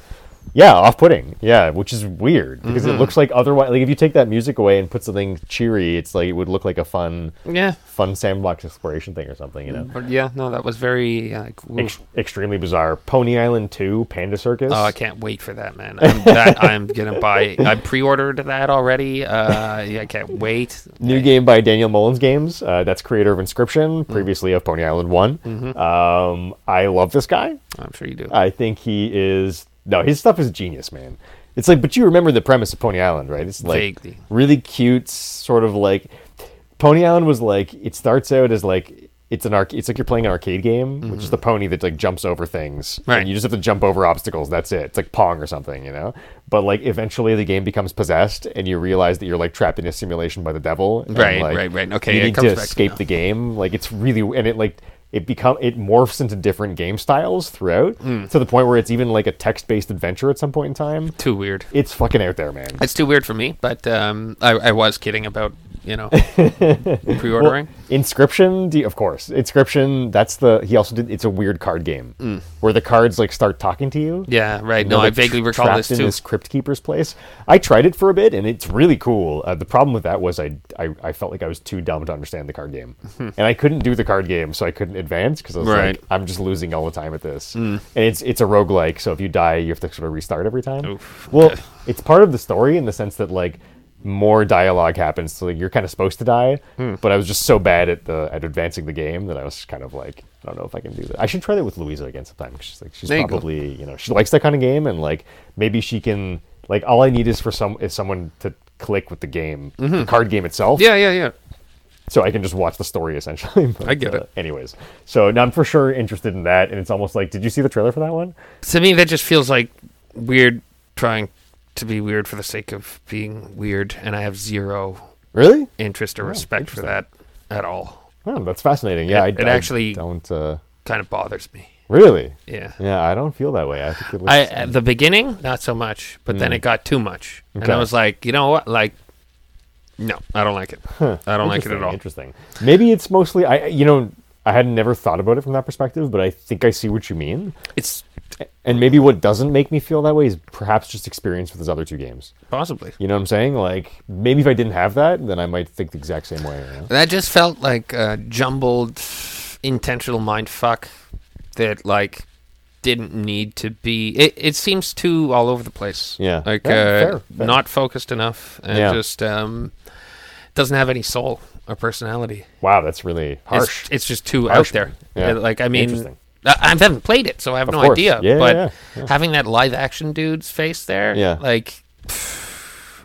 yeah, off putting. Yeah, which is weird because Mm-hmm. it looks like otherwise, like if you take that music away and put something cheery, it's like it would look like a fun, Yeah. fun sandbox exploration thing or something. You know, But yeah, no, that was very like. Ex- extremely bizarre. Pony Island Two, Panda Circus. Oh, I can't wait for that, man. I'm, that, I'm gonna buy. I pre-ordered that already. Uh, yeah, I can't wait. New game by Daniel Mullins Games. Uh, that's creator of Inscription, previously of Pony Island One. Um, I love this guy. I'm sure you do. I think he is. No, his stuff is genius, man. It's like, but you remember the premise of Pony Island, right? It's like Vaguely. really cute, sort of like Pony Island was like. It starts out as like it's an arc. It's like you're playing an arcade game, which is the pony that like jumps over things, Mm-hmm. Right. And you just have to jump over obstacles. That's it. It's like Pong or something, you know. But like eventually, the game becomes possessed, and you realize that you're like trapped in a simulation by the devil. and, Right, like, right, right. Okay, you it need comes to back to escape now. the game. Like it's really and it like it become it morphs into different game styles throughout to the point where it's even like a text-based adventure at some point in time. Too weird. It's fucking out there, man. It's too weird for me, but um, I, I was kidding about you know pre-ordering. Inscription, do you- of course. Inscription. That's the he also did. It's a weird card game where the cards like start talking to you. yeah, right. You No, know, I they're vaguely tra- recall trapped this in too. this crypt keeper's place. I tried it for a bit, and it's really cool. Uh, the problem with that was I, I I felt like I was too dumb to understand the card game, and I couldn't do the card game, so I couldn't advance because I was Hmm. Right. Hmm. like, I'm just losing all the time at this. And it's it's a roguelike, so if you die, you have to sort of restart every time. Oof. Well, it's part of the story in the sense that like more dialogue happens, so like, you're kind of supposed to die. Hmm. But I was just so bad at the at advancing the game that I was kind of like. I don't know if I can do that. I should try that with Louisa again sometime. 'cause She's like she's There you go. probably probably, you know she likes that kind of game and like maybe she can like all I need is for some is someone to click with the game the card game itself Mm-hmm. Yeah, yeah, yeah. so I can just watch the story essentially But, uh, I get it. anyways so now I'm for sure interested in that and it's almost like did you see the trailer for that one To me, that just feels like weird trying to be weird for the sake of being weird, and I have zero really interest or respect for that at all. oh that's fascinating yeah It- I, it I actually- don't uh, Kind of bothers me. really Yeah. yeah I don't feel that way I think it looks I at the beginning not so much, but then it got too much, and Mm. Okay. I was like, you know what, like, no, I don't like it. I don't like it at all. Interesting. interesting. Maybe it's mostly I. You know, I had never thought about it from that perspective, but I think I see what you mean. It's And maybe what doesn't make me feel that way is perhaps just experience with his other two games. possibly You know what I'm saying? Like maybe if I didn't have that, then I might think the exact same way. you know? that just felt like a jumbled, intentional mind fuck that like didn't need to be. It it seems too all over the place. Yeah. like Yeah, uh, fair, fair. not focused enough, and Yeah. just um, doesn't have any soul or personality. Wow, that's really It's- harsh. It's, just too Harsh. out there. Yeah. Uh, Like I mean, Interesting. I I haven't played it, so I have no course. idea. Yeah, but yeah, having that live action dude's face there, Yeah. like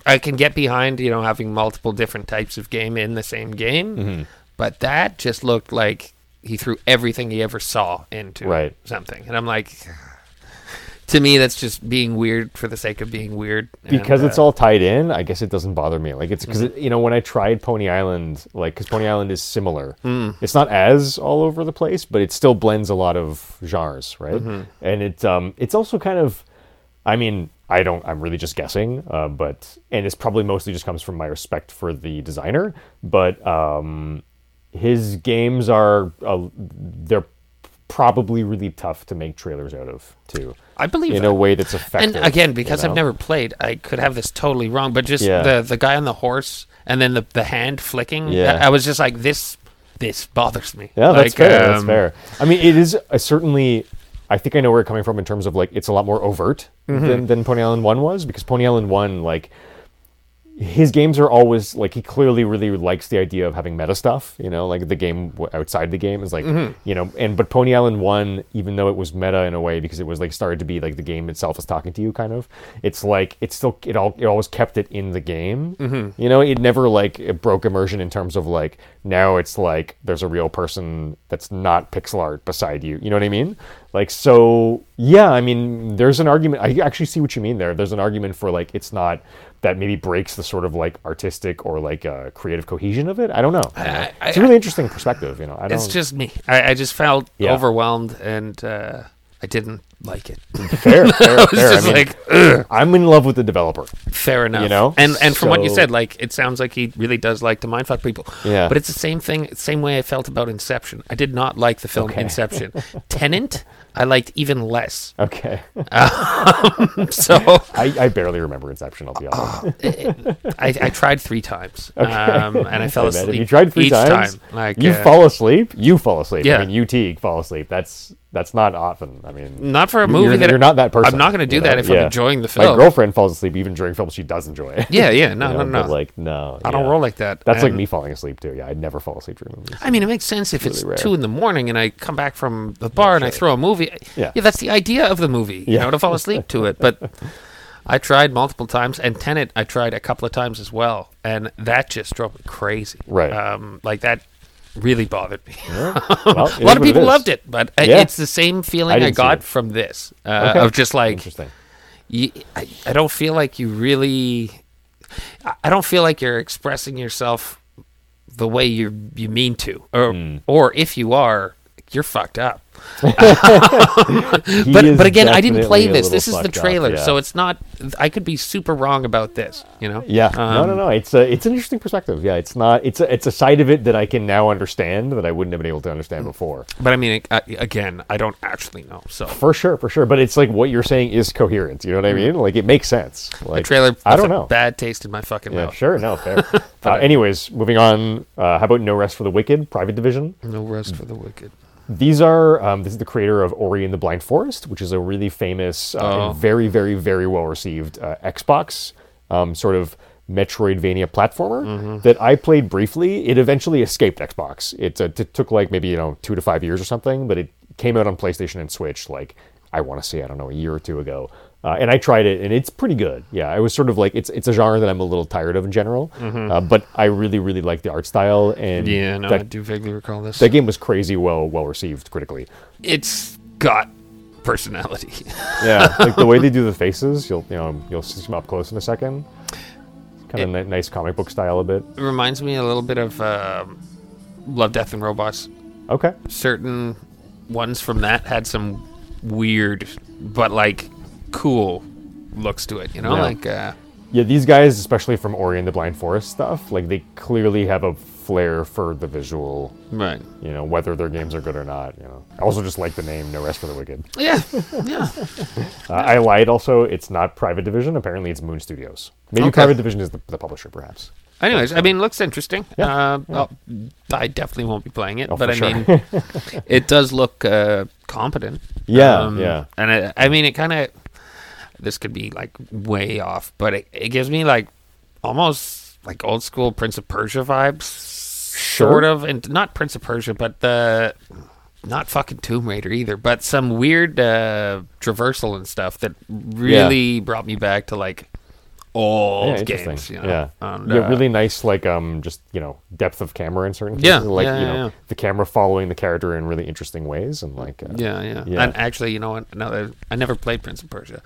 I can get behind, you know, having multiple different types of game in the same game. Mm-hmm. But that just looked like he threw everything he ever saw into Right. something, and I'm like, to me, that's just being weird for the sake of being weird. and, because it's uh, all tied in i guess it doesn't bother me like it's because Mm-hmm. it, you know when i tried pony island like because pony island is similar Mm. it's not as all over the place but it still blends a lot of genres right Mm-hmm. and it's um it's also kind of i mean i don't i'm really just guessing uh, but and it's probably mostly just comes from my respect for the designer but um his games are uh, they're probably really tough to make trailers out of too I believe in that. a way that's effective And again, you because know? I've never played, I could have this totally wrong. But just Yeah. the the guy on the horse and then the the hand flicking, Yeah. I, I was just like, this this bothers me. Yeah, that's Like, fair. that's um, fair. I mean, it is uh certainly. I think I know where you're coming from in terms of like it's a lot more overt Mm-hmm. than, than Pony Island One was because Pony Island One like his games are always like he clearly really likes the idea of having meta stuff you know like the game w- outside the game is like you know and but pony island 1 even though it was meta in a way because it was like started to be like the game itself is talking to you kind of it's like it's still it all it always kept it in the game you know it never like it broke immersion in terms of like now it's like there's a real person that's not pixel art beside you you know what i mean like so yeah i mean there's an argument i actually see what you mean there there's an argument for like it's not that maybe breaks the sort of like artistic or like uh, creative cohesion of it. I don't know. you know. I- it's a really interesting perspective, you know. I don't, It's just me. I, I just felt Oh. Yeah. overwhelmed and uh, I didn't like it. fair, fair, It's fair. I just mean, like I'm in love with the developer. fair enough. know? and and from what you So- said, like it sounds like he really does like to mindfuck people. Yeah. but it's the same thing, same way I felt about Inception. I did not like the film Okay. Inception. Tenant, I liked even less. Okay, So. I, I barely remember Inception. I'll be Oh, honest. I, I tried three times, um, and I fell Hey, man, asleep. if you tried three each times, time. Like you uh, fall asleep. You fall asleep. Yeah. I mean, you fall asleep. That's that's not often. I mean, Not for a you're- movie You're, that you're not that person. I'm not going to do you know? that if I'm Yeah. enjoying the My film. girlfriend falls asleep even during films she does enjoy. It, yeah, yeah, no, you know, no, but, no. Like no, I don't yeah. roll like that. That's like And- me falling asleep too. Yeah, I never fall asleep during movies. I mean, it makes sense if it's really rare. two in the morning and I come back from the bar and I throw a movie. Yeah. that's the idea of the movie. You Yeah. know, to fall asleep to it. But I tried multiple times, and Tenet I tried a couple of times as well, and that just drove me crazy. Right. Um, like that really bothered me. Well, a lot of people loved it, but I- Yeah. it's the same feeling I, didn't see got it. from this uh, Okay. of just like Interesting. you, I, I don't feel like you really I- I don't feel like you're expressing yourself the way you you mean to or Hmm. or if you are you're fucked up. But but again, I didn't play this. This is the trailer, so it's not I could be super wrong about this, you know. Uh, yeah, no, um, no, no. It's a, it's an interesting perspective. Yeah, it's not. It's a, it's a side of it that I can now understand that I wouldn't have been able to understand Mm. before. But I mean I, again, I don't actually know. So For sure, for sure. But it's like what you're saying is coherent. You know what I mean? Like it makes sense. Like Mm. the trailer I left don't a know. bad taste in my fucking yeah, mouth. sure. No, fair. uh, anyways, moving on. Uh, how about No Rest for the Wicked? Private Division. No rest for the wicked. These are um, this is the creator of Ori and the Blind Forest, which is a really famous, uh, and Oh. very, very, very well received uh, Xbox um, sort of Metroidvania platformer Mm-hmm. that I played briefly. It eventually escaped Xbox. It, uh, t- took like maybe you know two to five years or something, but it came out on PlayStation and Switch like I want to say I don't know a year or two ago. Uh, and I tried it, and it's pretty good. Yeah, I was sort of like it's it's a genre that I'm a little tired of in general, uh, but I really really like the art style and Mm-hmm. Yeah, no, I Hmm. that, do vaguely recall this. that game was crazy well well received critically. it's got personality. Yeah, like the way they do the faces, you'll you know you'll see them up close in a second. Kind of nice comic book style a bit. it reminds me a little bit of um, Love, Death, and Robots. Okay. Certain ones from that had some weird, but like cool looks to it. You know, Yeah. like uh, Yeah, these guys, especially from Ori and the Blind Forest stuff, like they clearly have a flair for the visual. right. You know whether their games are good or not. You know, I also just like the name No Rest for the Wicked. Yeah, yeah. Uh, I lied. Also, it's not Private Division. Apparently, it's Moon Studios. Maybe Okay. Private Division is the, the publisher, perhaps. Anyways, I mean, looks interesting. Yeah, Uh, I'll- I definitely won't be playing it, Oh, but I for mean, it does look uh, competent. Um, Yeah, yeah. And I, I mean, it kind of this could be like way off, but it, it gives me like almost like old school Prince of Persia vibes, sort Sure. of, and not Prince of Persia, but the not fucking Tomb Raider either, but some weird uh, traversal and stuff that really brought me back to like old games. You know? Yeah, And, yeah, uh, really nice, like um, just you know, depth of camera in certain. Yeah, cases, like yeah, you yeah, know, yeah. the camera following the character in really interesting ways, and like uh, Yeah, yeah, Yeah. And actually, you know what? No, uh, I never played Prince of Persia.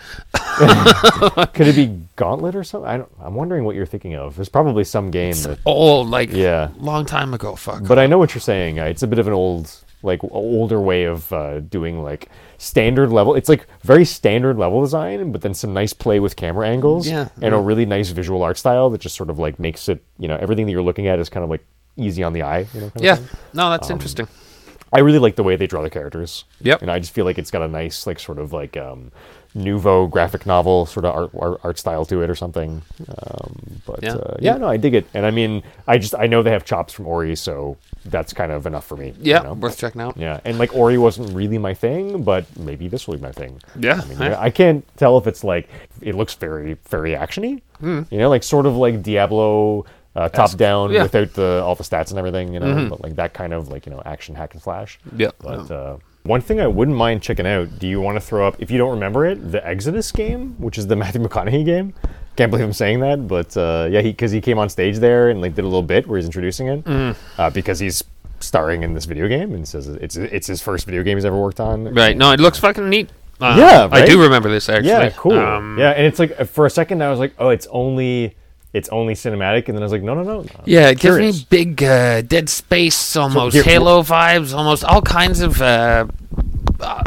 could it be Gauntlet or something? I don't, I'm wondering what you're thinking of. There's probably some game that, Oh, like Yeah. Mm-hmm. long time ago. Fuck. but I know what you're saying. Uh, it's a bit of an old, like o- older way of uh, doing like standard level. It's like very standard level design, but then some nice play with camera angles. Yeah, and a really nice visual art style that just sort of like makes it, you know, everything that you're looking at is kind of like easy on the eye. You know, kind of yeah, no, that's Um, interesting. I really like the way they draw the characters. Yep. And I just feel like it's got a nice, like, sort of like um, nouveau graphic novel sort of art, art, art style to it or something. Um, but Yeah. yeah. Uh, yeah, no, I dig it. And I mean, I just, I know they have chops from Ori, so that's kind of enough for me. you Yeah, know? worth checking out. Yeah. And like, Ori wasn't really my thing, but maybe this will be my thing. Yeah, I mean, I- I can't tell if it's like, it looks very, very actiony. Hmm. You know, like, sort of like Diablo. Uh, top down Yeah. Mm-hmm. without the all the stats and everything, you know, but like that kind of like you know action hack and slash. Yeah. But uh, one thing I wouldn't mind checking out. Do you want to throw up? If you don't remember it, the Exodus game, which is the Matthew McConaughey game. Can't believe I'm saying that, but uh, yeah, because he, came on stage there and like did a little bit where he's introducing it Mm. uh, because he's starring in this video game and says it's it's his first video game he's ever worked on. Right. No, it looks fucking neat. Uh, Yeah, I right? do remember this actually. Yeah, cool. Um, yeah, and it's like for a second I was like, oh, it's only it's only cinematic, and then I was like, no, no, no. yeah, it gives Curious. me big uh, Dead Space almost here- Halo vibes, almost all kinds of uh, uh,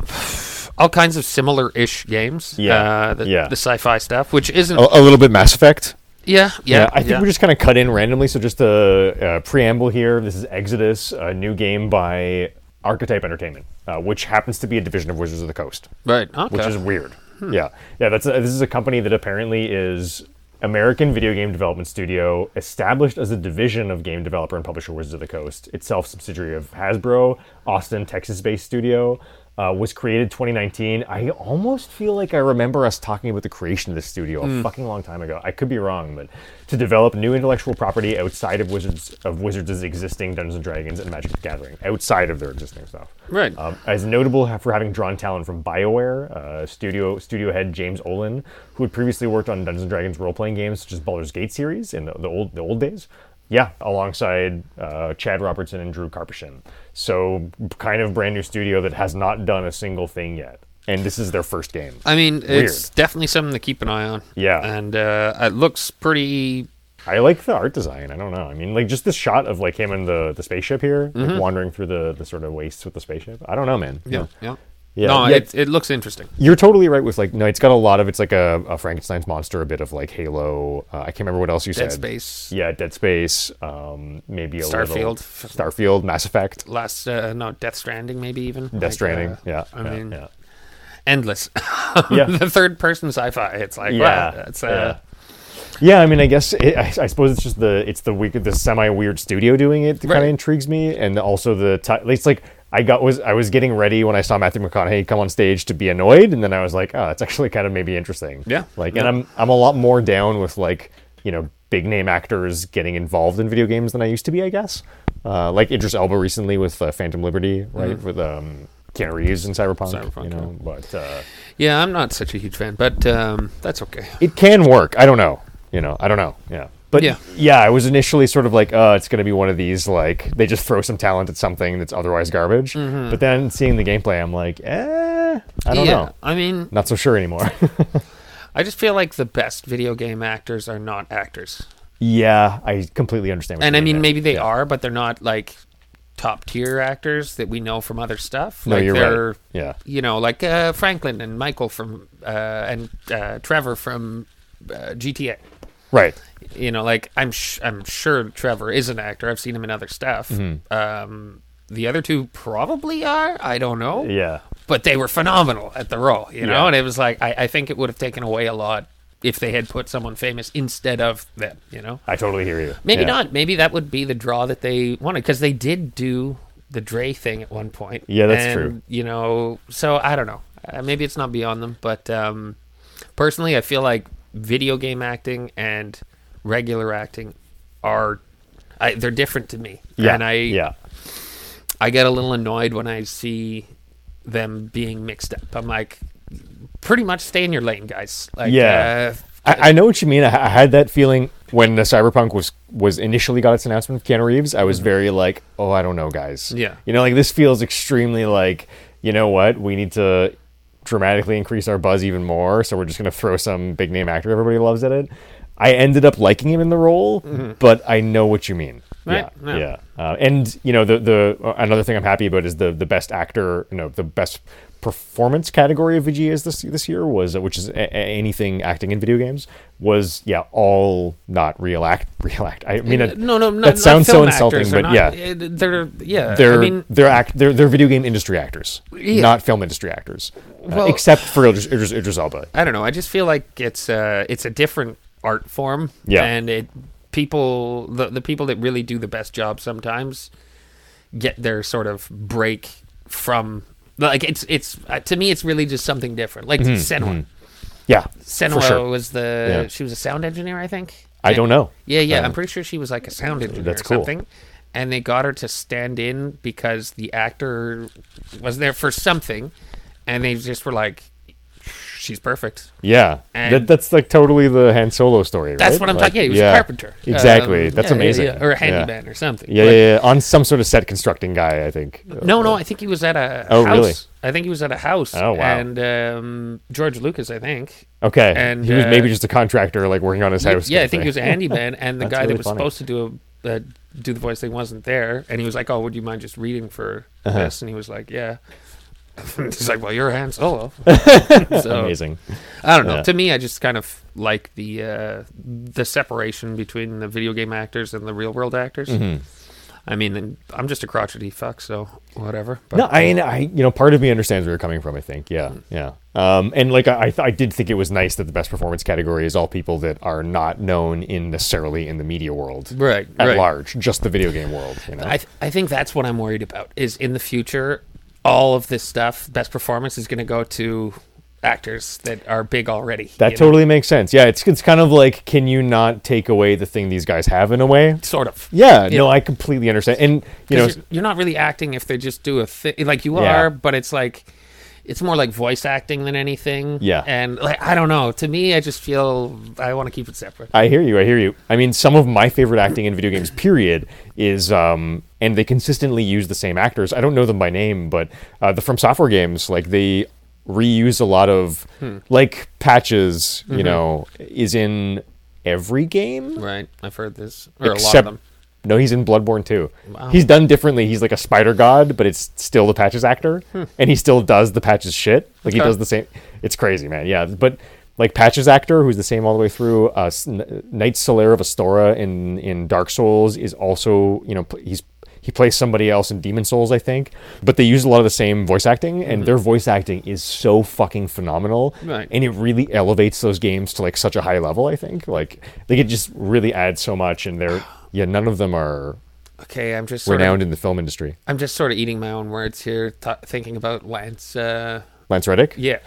all kinds of similar-ish games. Yeah, uh, the, yeah. the sci-fi stuff, which isn't. a little bit Mass Effect. Yeah, yeah, Yeah, I think yeah. we just kind of cut in randomly. So just a, uh preamble here. This is Exodus, a new game by Archetype Entertainment, uh, which happens to be a division of Wizards of the Coast, right. Okay. which is weird. Yeah, yeah. That's a, this is a company that apparently is American video game development studio, established as a division of game developer and publisher Wizards of the Coast, itself subsidiary of Hasbro, Austin, Texas-based studio. Uh, was created 2019. I almost feel like I remember us talking about the creation of this studio Hmm. a fucking long time ago. I could be wrong, but to develop new intellectual property outside of Wizards of Wizards' existing Dungeons and Dragons and Magic the Gathering, outside of their existing stuff. Right. Um, as notable ha- for having drawn talent from BioWare, uh, studio studio head James Olin, who had previously worked on Dungeons and Dragons role playing games such as Baldur's Gate series in the, the old the old days. Yeah, alongside uh, Chad Robertson and Drew Karpyshyn. So kind of brand new studio that has not done a single thing yet, and this is their first game. I mean, it's definitely something to keep an eye on. Yeah. and uh, it looks pretty. I like the art design. I don't know. I mean, like just this shot of like him and the the spaceship here, like, wandering through the the sort of wastes with the spaceship. I don't know, man. Mm-hmm. Yeah, yeah. Yeah, no, yeah. It, it looks interesting. You're totally right with like no, it's got a lot of it's like a, a Frankenstein's monster, a bit of like Halo. Uh, I can't remember what else you Dead said. Space. Yeah, Dead Space. Um, maybe a little Starfield. Starfield, Mass Effect, Last uh, no, Death Stranding maybe even. uh, Death Stranding. yeah, I yeah, mean, yeah. endless. Yeah. the third person sci-fi. It's like Yeah, wow, it's uh, Yeah, I mean, I guess it, I, I suppose it's just the it's the weird, the semi weird studio doing it that kind Right. of intrigues me, and also the ti it's like I got was I was getting ready when I saw Matthew McConaughey come on stage to be annoyed, and then I was like, oh, that's actually kind of maybe interesting. Yeah. like, and I'm I'm a lot more down with like you know big name actors getting involved in video games than I used to be, I guess. Uh, like Idris Elba recently with uh, Phantom Liberty, right? With um, Keanu Reeves in Cyberpunk, Mm-hmm. Cyberpunk, you know, but. Uh, yeah. I'm not such a huge fan, but um, that's okay. it can work. I don't know. You know, I don't know. Yeah. But Yeah. yeah, I was initially sort of like, uh, it's going to be one of these like they just throw some talent at something that's otherwise garbage. But then seeing the gameplay, I'm like, eh, I don't Mm-hmm. yeah, know. I mean, Not so sure anymore. I just feel like the best video game actors are not actors, yeah, I completely understand. What and you I mean there. maybe they are, but they're not like top tier actors that we know from other stuff. No, like you're right. they're, Yeah. you know, like uh, Franklin and Michael from uh, and uh, Trevor from uh, GTA. right. you know like i'm sh- i'm sure trevor is an actor i've seen him in other stuff Mm-hmm. um the other two probably are i don't know Yeah, but they were phenomenal at the role you know Yeah. and it was like I, I think it would have taken away a lot if they had put someone famous instead of them you know I totally hear you. maybe Yeah. not maybe that would be the draw that they wanted because they did do the Dre thing at one point Yeah, that's And, true. you know so i don't know uh, maybe it's not beyond them but um personally i feel like video game acting and regular acting are I, they're different to me Yeah, and i yeah, I get a little annoyed when I see them being mixed up. I'm like, pretty much stay in your lane, guys. Like, Yeah. uh, I, I know what you mean. I, I had that feeling when the Cyberpunk was was initially got its announcement with Keanu Reeves. I was very like, oh, I don't know, guys. Mm-hmm. Yeah. You know, like this feels extremely like, you know what? We need to dramatically increase our buzz even more, so we're just gonna throw some big name actor everybody loves at it. I ended up liking him in the role, Mm-hmm. but I know what you mean. Right, Yeah, yeah. yeah. Uh, and you know the the uh, another thing I'm happy about is the the best actor, you know, the best performance category of VGAs this this year was, uh, which is a- a- anything acting in video games, was yeah all not real act real act. I mean, it- Uh, no, no, no. that not sounds so film insulting, actors, they're but not- yeah, uh, they're yeah. they're I mean, they're act they're, they're video game industry actors, Yeah. not film industry actors, uh, Well- except for Idris, Idris, Idris Elba. I don't know. I just feel like it's uh it's a different art form. Yeah. And it people the the people that really do the best job sometimes get their sort of break from like it's it's uh, to me it's really just something different. Like Senwa. Yeah, Mm-hmm. for Senwa sure. was the Yeah. she was a sound engineer, I think. I don't know. Yeah, yeah. Um, I'm pretty sure she was like a sound engineer that's or cool. something. And they got her to stand in because the actor was there for something, and they just were like, "She's perfect." Yeah, And- that, that's like totally the Han Solo story. That's right? what I'm Like, talking. Yeah, he was yeah, a carpenter. Exactly. Um, that's yeah, yeah, amazing. yeah, Or a Yeah. handyman or something. Yeah, But- yeah, yeah, on some sort of set constructing guy, I think. No, no, I think he was at a Oh, house. really? I think he was at a house. Oh, wow. And um, George Lucas, I think. Okay, And, he was uh, maybe just a contractor, like working on his house. yeah, kind I of think he thing. was a handyman, and the That's guy really that was funny. supposed to do a, uh, do the voice thing wasn't there, and he was like, "Oh, would you mind just reading for Uh-huh. this?" And he was like, "Yeah." He's like, "Well, you're a Han Solo." so, amazing. I don't know. Yeah. To me, I just kind of like the uh, the separation between the video game actors and the real world actors. Mm-hmm. I mean, and I'm just a crotchety fuck, so whatever. But No, I mean, I you know, part of me understands where you're coming from. I think, yeah, yeah. Um, and like I, I, th- I did think it was nice that the best performance category is all people that are not known in necessarily in the media world, Right, At right. large, just the video game world. You know, I, th- I think that's what I'm worried about. Is in the future, all of this stuff, best performance is going to go to actors that are big already. that you know? totally makes sense. Yeah, it's it's kind of like, can you not take away the thing these guys have in a way? sort of. Yeah, Yeah. no, I completely understand. And you know, Because you're, you're not really acting if they just do a thing like you Yeah. are, but it's like it's more like voice acting than anything. Yeah. and like I don't know. To me, I just feel I want to keep it separate. I hear you. I hear you. I mean, some of my favorite acting in video games, period, is um, and they consistently use the same actors. I don't know them by name, but uh, the From Software games, like they reuse a lot of Hmm. like patches. Mm-hmm. You know, is in every game Right, I've heard this or except. a lot of them. No, he's in Bloodborne too. He's done differently. He's like a spider god, but it's still the Patches actor, and he still does the Patches shit. Like he Hmm. Okay. does the same. It's crazy, man. Yeah, but like Patches actor, who's the same all the way through. Uh, S- N- Knight Solaire of Astora in in Dark Souls is also you know pl- he's he plays somebody else in Demon Souls, I think. But they use a lot of the same voice acting, and Mm-hmm. their voice acting is so fucking phenomenal Right. and it really elevates those games to like such a high level. I think like they could just really add so much, and they're yeah, none of them are Okay, I'm just sort renowned Of, in the film industry. I'm just sort of eating my own words here, th- thinking about Lance. Uh, Lance Reddick. yeah,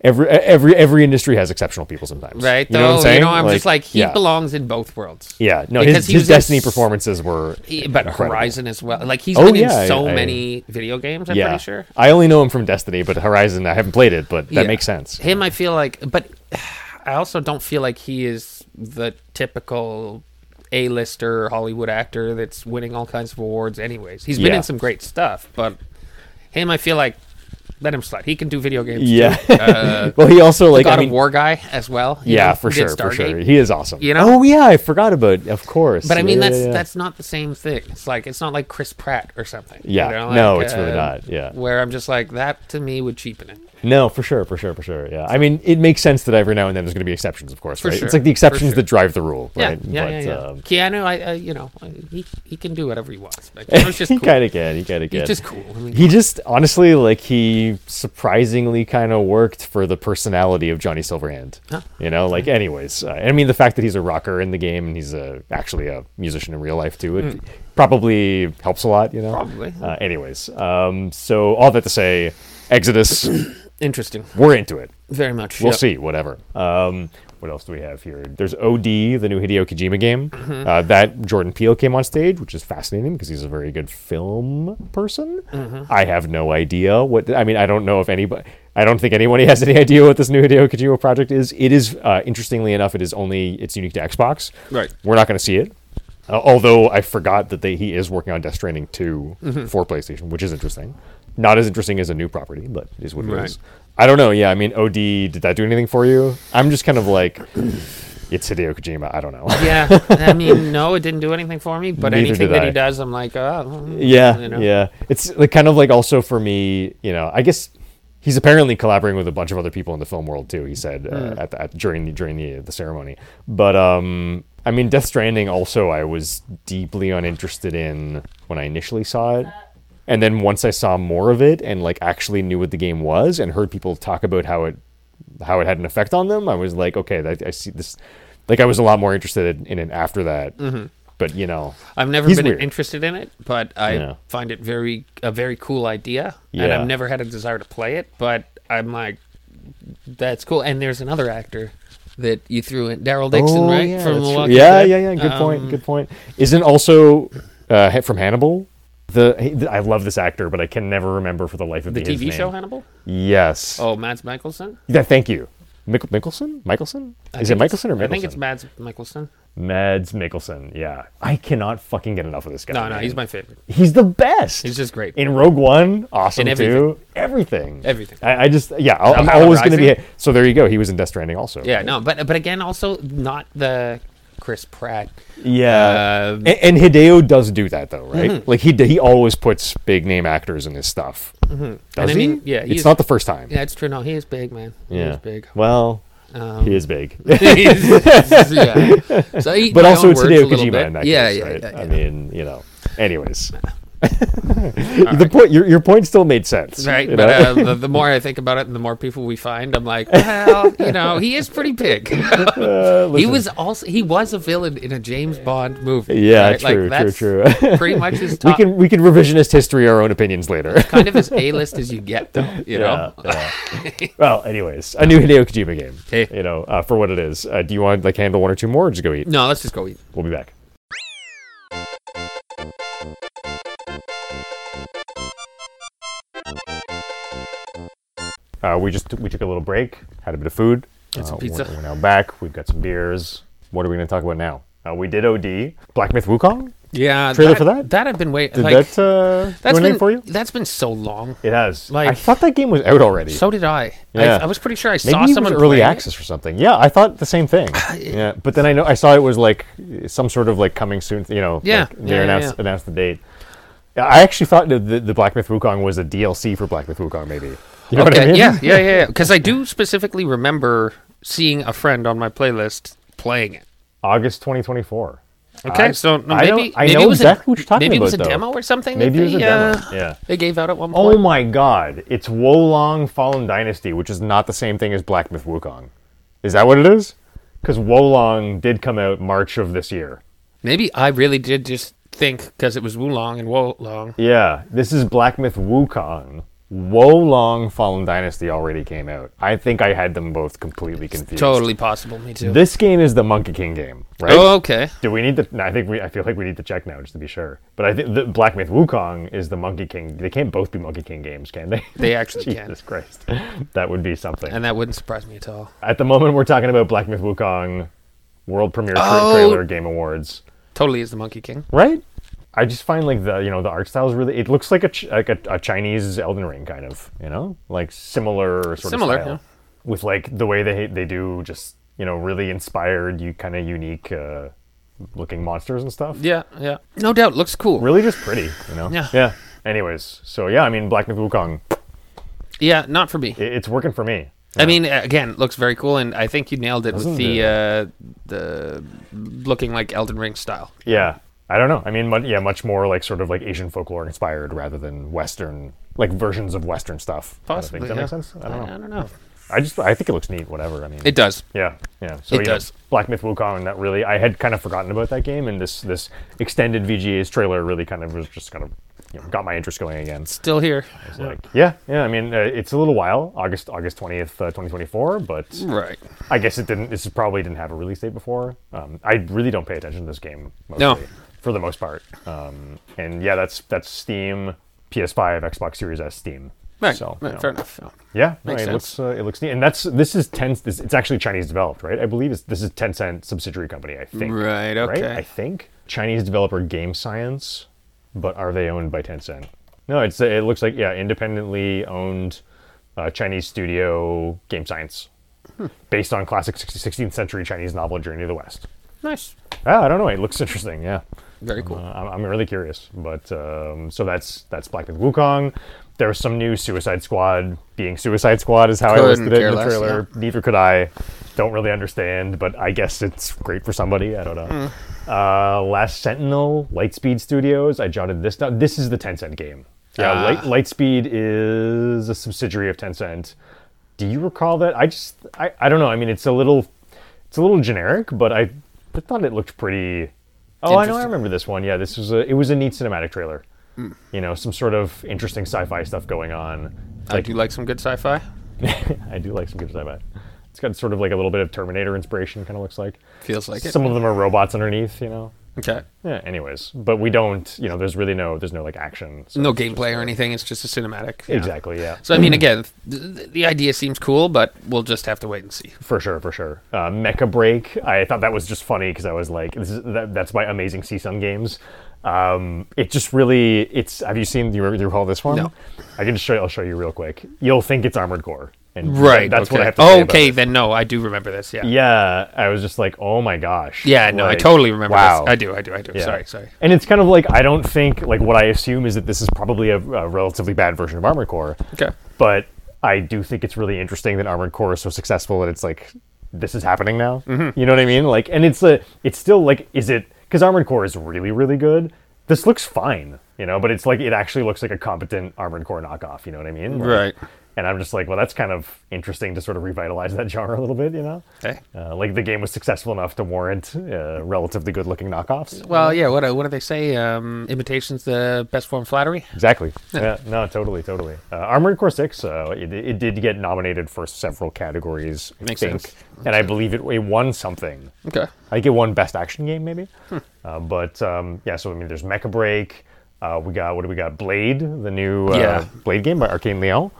Every e, every every industry has exceptional people sometimes. right. You know what I'm though, saying? You know, I'm just like he yeah. belongs in both worlds. Yeah. No, his, Because he his was in Destiny s- performance performances were Yeah, but incredible. Horizon as well. Like he's Oh, been yeah, in so I- I- many video games. I'm Yeah. pretty sure. I only know him from Destiny, but Horizon I haven't played it, but that Yeah. makes sense. Him, I feel like, but I also don't feel like he is the typical A-lister Hollywood actor that's winning all kinds of awards. Anyways, he's been Yeah. in some great stuff, but him, I feel like, let him slide. He can do video games. Yeah. Uh, well, he also like God I mean, of War guy as well. you yeah, know, for he did sure, for sure, Stargate. he is awesome. You know? Oh yeah, I forgot about. Of course. But I mean, Yeah, that's yeah, yeah. that's not the same thing. It's like it's not like Chris Pratt or something. you Yeah. know, No, like, uh, it's really not, yeah. where I'm just like that to me would cheapen it. No, for sure, for sure, for sure. Yeah, I mean, it makes sense that every now and then there's going to be exceptions, of course, For right? sure, It's like the for exceptions sure. that drive the rule, right? Yeah, yeah, yeah. yeah. um, Keanu, I, I, you know, I- he he can do whatever he wants. Like, you know, it's just he cool. kind of can. He kind of can. He's just cool. I mean, He just honestly, like, he surprisingly kind of worked for the personality of Johnny Silverhand. Huh. You know, like, anyways, uh, I mean, the fact that he's a rocker in the game and he's a, actually a musician in real life too, it Hmm. probably helps a lot. You know, Probably. Uh, anyways, um, so all that to say, Exodus. Interesting. We're into it. Very much. We'll Yep. see. Whatever. Um, what else do we have here? There's OD, the new Hideo Kojima game. Mm-hmm. Uh, that Jordan Peele came on stage, which is fascinating because he's a very good film person. Mm-hmm. I have no idea what. I mean, I don't know if anybody. I don't think anyone has any idea what this new Hideo Kojima project is. It is uh, interestingly enough, it is only it's unique to Xbox. Right. We're not going to see it. Uh, although I forgot that they, he is working on Death Stranding 2 Mm-hmm. for PlayStation, which is interesting. Not as interesting as a new property, but it is what it Right. is. I don't know. Yeah, I mean, OD, did that do anything for you? I'm just kind of like, it's Hideo Kojima. I don't know. Yeah, I mean, no, it didn't do anything for me. But Neither anything did that I. he does, I'm like, oh, mm, yeah, you know? yeah. It's like kind of like also for me, you know. I guess he's apparently collaborating with a bunch of other people in the film world too. He said uh, Hmm. at, the, at during the during the the ceremony. But um, I mean, Death Stranding also I was deeply uninterested in when I initially saw it. And then once I saw more of it and like actually knew what the game was and heard people talk about how it how it had an effect on them, I was like, okay, I, I see this. Like I was a lot more interested in it after that. Mm-hmm. But you know, I've never He's been weird. interested in it, but I Yeah. find it very a very cool idea, and Yeah. I've never had a desire to play it. But I'm like, that's cool. And there's another actor that you threw in, Daryl Dixon, Oh, right yeah, from that's true. Walking Yeah, Dead? yeah, yeah. Good point. Um, Good point. Isn't also uh, Ha- from Hannibal. The he- th- I love this actor, but I can never remember for the life of The me his TV show name. Hannibal. Yes. Oh, Mads Mikkelsen. Yeah, thank you. Mick- Mickelson? Mickelson? I Is it think it's- Mickelson or Mickelson? I think it's Mads Mikkelsen. Mads Mickelson. Yeah, I cannot fucking get enough of this guy. No, no, man. he's my favorite. He's the best. He's just great. in Rogue One, awesome In too. Everything, Everything. I, I just yeah, I'll, I'm Somehow always going to be. Rising. So there you go. He was in Death Stranding also. Yeah, no, but but again, also not the Chris Pratt. Yeah, Um, A- and, Hideo does do that though, right? Mm-hmm. Like he d- he always puts big name actors in his stuff. Does Mm-hmm. I he? mean, yeah, he it's is- not the first time. Yeah, it's true. No, he is big, man. He Yeah. is big. Well, Um, he is big, yeah. So I eat but my also own it's words a Hideo little Kojima bit. in that yeah, case, yeah, right? yeah, yeah. I mean, you know. Anyways, the point your your point still made sense, Right, you but know? uh, the, the more I think about it, and the more people we find, I'm like, well, you know, he is pretty big. Uh, he listen, was also he was a villain in a James Bond movie. Yeah, right? true, true, true. pretty much his we top, can we can revisionist history our own opinions later. kind of as A list as you get, though. You know, Yeah, yeah. well, anyways, a new Hideo Kojima game. Okay. You know, uh, for what it is. Uh, do you want like handle one or two more, or just go eat? no, let's just go eat. We'll be back. Uh, we just we took a little break, had a bit of food. Got some pizza. We're, we're now back. We've got some beers. What are we going to talk about now? Uh, we did OD Black Myth Wukong. Yeah, Trailer for that? That I've been waiting. Did Like, that uh, do that's anything been for you? That's been so long. It has. I like- thought that game was out already. So did I. Yeah. I. I was pretty sure I Maybe saw it was someone early playing it. access or something. Yeah, I thought the same thing. yeah, but then I know I saw it was like some sort of like coming soon. You know, Yeah, like, they yeah, yeah, announced yeah. announced the date. Yeah, I actually thought that the, the Black Myth Wukong was a DLC for Black Myth Wukong. Maybe you know what I mean? Yeah, yeah, yeah. Because I do specifically remember seeing a friend on my playlist playing it. August 2024. Okay, I- so no, I maybe don't- I maybe know it was exactly a, what you're talking maybe it was about, a though. demo or something. that Maybe it was a they, demo. uh, Yeah. they gave out at one Oh point. my God! It's Wolong Fallen Dynasty, which is not the same thing as Black Myth Wukong. Is that what it is? Because Wolong did come out March of this year. Maybe I really did just think because it was Wulong and Wolong. Yeah, this is Black Myth Wukong. Wolong Fallen Dynasty already came out. I think I had them both completely confused. Totally possible. Me too. This game is the Monkey King game, right? Oh, okay. Do we need to? No, I think we. I feel like we need to check now just to be sure. But I think the Black Myth Wukong is the Monkey King. They can't both be Monkey King games, can they? They actually can, Jesus Christ, that would be something. and that wouldn't surprise me at all. At the moment, we're talking about Black Myth Wukong World Premiere Tra- Oh. Trailer Game Awards. Totally is the Monkey King. right? I just find like the you know the art style is really it looks like a ch- like a, a Chinese Elden Ring kind of you know like similar sort Similar, of style yeah. with like the way they they do just you know really inspired you kind of unique uh, looking monsters and stuff Yeah, yeah. No doubt. Looks cool. really just pretty you know Yeah. yeah anyways so yeah I mean Black Myth Wukong Yeah, not for me. it, it's working for me I mean, uh, again, looks very cool, and I think you nailed it Doesn't with the uh, the looking like Elden Ring style. yeah I don't know I mean mu- yeah much more like sort of like Asian folklore inspired rather than Western like versions of Western stuff kind of thing. Possibly. does that yeah. make sense I don't know I don't know. I just I think it looks neat whatever I mean It does. Yeah, yeah. So It yeah, does. Black Myth Wukong. That really, I had kind of forgotten about that game, and this this extended VGA's trailer really kind of was just kind of you know, got my interest going again. Still here. It's like, yeah, yeah. I mean, uh, it's a little while, August August twentieth, uh, twenty twenty four. But Right. I guess it didn't. This probably didn't have a release date before. Um, I really don't pay attention to this game. Mostly, No. for the most part. Um, and yeah, that's that's Steam, PS Five, Xbox Series S, Steam. Right. So right, you know. Fair enough. yeah. Yeah, no, Makes it sense. looks uh, it looks neat, and that's this is ten. This, it's actually Chinese developed, right? I believe it's, this is Tencent subsidiary company. I think. Right, okay. I think Chinese developer Game Science, but are they owned by Tencent? No, it's it looks like yeah, independently owned uh, Chinese studio Game Science, Hmm. based on classic 16th century Chinese novel Journey to the West. Nice. Ah, I don't know. It looks interesting. Yeah. Very cool. Uh, I'm, I'm really curious, but um, so that's that's Black Myth Wukong. There was some new Suicide Squad being Suicide Squad is how I Couldn't listed it care in the less, trailer. Neither could I. Don't really understand, but I guess it's great for somebody. I don't know. Hmm. Uh, Last Sentinel, Lightspeed Studios. I jotted this down. This is the Tencent game. Yeah, Ah. Light, Lightspeed is a subsidiary of Tencent. Do you recall that? I just I, I don't know. I mean, it's a little it's a little generic, but I I thought it looked pretty. Oh, I know. I Interesting. remember this one. Yeah, this was a. It was a neat cinematic trailer. Hmm. You know, some sort of interesting sci-fi stuff going on. I do like some good sci-fi. I do like some good sci-fi. It's got sort of like a little bit of Terminator inspiration. Kind of looks like. Feels like it. Some of them are robots underneath. You know. Okay. Yeah. Anyways, but we don't. You know, there's really no. There's no like action. So No gameplay or anything. It's just a cinematic. Yeah. Exactly. Yeah. So I mean, again, the, the idea seems cool, but we'll just have to wait and see. For sure, for sure. Uh, Mecha Break. I thought that was just funny because I was like, this is, that, "That's by Amazing CSUN Games." Um, it just really. It's. Have you seen? Do you, remember- do you recall this one? No. I can just show. You, I'll show you real quick. You'll think it's Armored Core, and that- that's okay. what I have to say. about okay, it. then no, I do remember this. Yeah. Yeah, I was just like, "Oh my gosh." Yeah, no, Like, I totally remember Wow. this. I do, I do, I do. Yeah. Sorry, sorry. And it's kind of like I don't think like what I assume is that this is probably a, a relatively bad version of Armored Core. Okay. But I do think it's really interesting that Armored Core is so successful that it's like this is happening now. Mm-hmm. You know what I mean? Like, and it's a it's still like is it because Armored Core is really really good. This looks fine, you know, but it's like it actually looks like a competent Armored Core knockoff. You know what I mean? Like, Right. And I'm just like, well, that's kind of interesting to sort of revitalize that genre a little bit, you know? Okay. Uh, like the game was successful enough to warrant uh, relatively good-looking knockoffs. Well, yeah. What what do they say? Um, imitation's the best form of flattery. Exactly. Yeah. No. Totally. Totally. Uh, Armored Core Six. Uh, it, it did get nominated for several categories. I Makes think. sense. And I believe it, it won something. Okay. I think it won Best Action Game, maybe. Hmm. Uh, but um, yeah. So I mean, there's Mecha Break. Uh, we got what do we got? Blade, the new uh, Yeah. Blade game by Arcane Leon.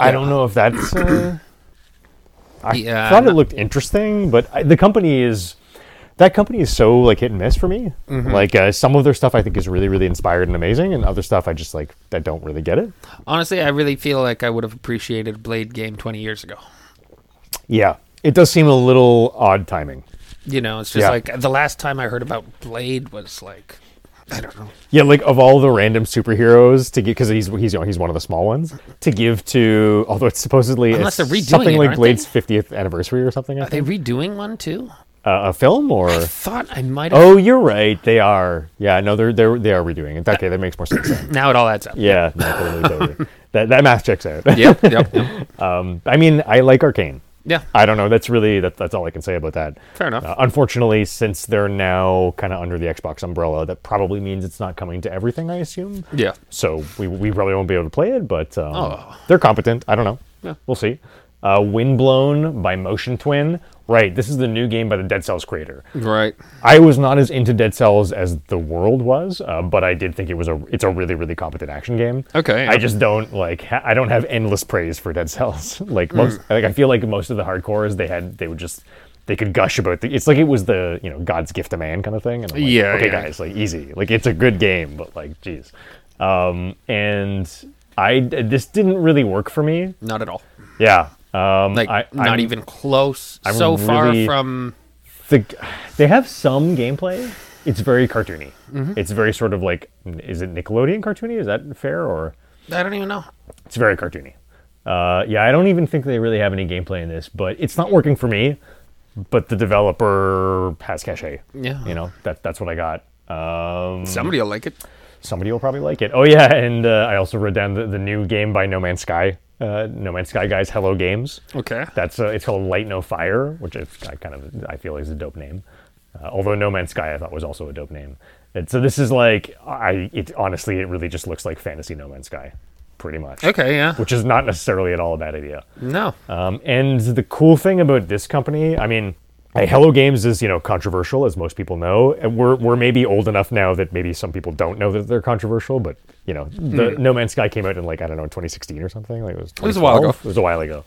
I don't know if that's. Uh, I Yeah, thought no- it looked interesting, but I, the company is that company is so like hit and miss for me. Mm-hmm. Like uh, some of their stuff I think is really really inspired and amazing, and other stuff I just like I don't really get it. Honestly, I really feel like I would have appreciated a Blade game 20 years ago. Yeah, it does seem a little odd timing. You know, it's just Yeah. like the last time I heard about Blade was like, I don't know. Yeah, like of all the random superheroes to get because he's he's you know, he's one of the small ones to give to although it's supposedly Unless it's they're redoing something it, like aren't Blade's fiftieth anniversary or something. I Are they think redoing one too? uh, a film or I thought I might have. oh, you're right, they are. Yeah, no, they're they're they are redoing it. Okay, that makes more sense. then. Now it all adds up. Yeah, no, totally, totally. that that math checks out. Yep. Yep. yep. Um, I mean, I like Arcane. yeah. I don't know. That's really that, that's all I can say about that. Fair enough. Uh, unfortunately, since they're now kind of under the Xbox umbrella, that probably means it's not coming to everything. I assume. Yeah. So we, we probably won't be able to play it, but um, Oh. they're competent. I don't know. Yeah. We'll see. Uh, Windblown by Motion Twin. Right. This is the new game by the Dead Cells creator. Right. I was not as into Dead Cells as the world was, uh, but I did think it was a it's a really really competent action game. Okay, yeah. I just don't like ha- I don't have endless praise for Dead Cells. like most Mm. like I feel like most of the hardcores they had they would just they could gush about the, it's like it was the you know God's gift to man kind of thing. And I'm like, Yeah, okay yeah. guys, like easy, like it's a good game, but like geez, um, and I this didn't really work for me. Not at all. Yeah, um, Like I, not I'm- even close. I'm so far really- from. the they have some gameplay. It's very cartoony. It's very sort of like is it Nickelodeon cartoony? Is that fair or I don't even know. it's very cartoony. Uh, yeah, I don't even think they really have any gameplay in this, but it's not working for me. But the developer has cachet. Yeah. you know that that's what I got. Um, Somebody will like it. somebody will probably like it. Oh yeah, and uh, I also wrote down the, the new game by No Man's Sky. Uh, no Man's Sky guys, Hello Games. Okay. That's uh, it's called Light No Fire, which is, I kind of I feel is a dope name. Uh, although No Man's Sky I thought was also a dope name. And so this is like I it honestly it really just looks like fantasy No Man's Sky, pretty much. Okay, yeah. Which is not necessarily at all a bad idea. No. Um, and the cool thing about this company, I mean, hey, Hello Games is you know controversial as most people know, and we're we're maybe old enough now that maybe some people don't know that they're controversial, but you know, the No Man's Sky came out in like I don't know, 2016 or something. Like it was. It Hmm. was a while ago. It was a while ago,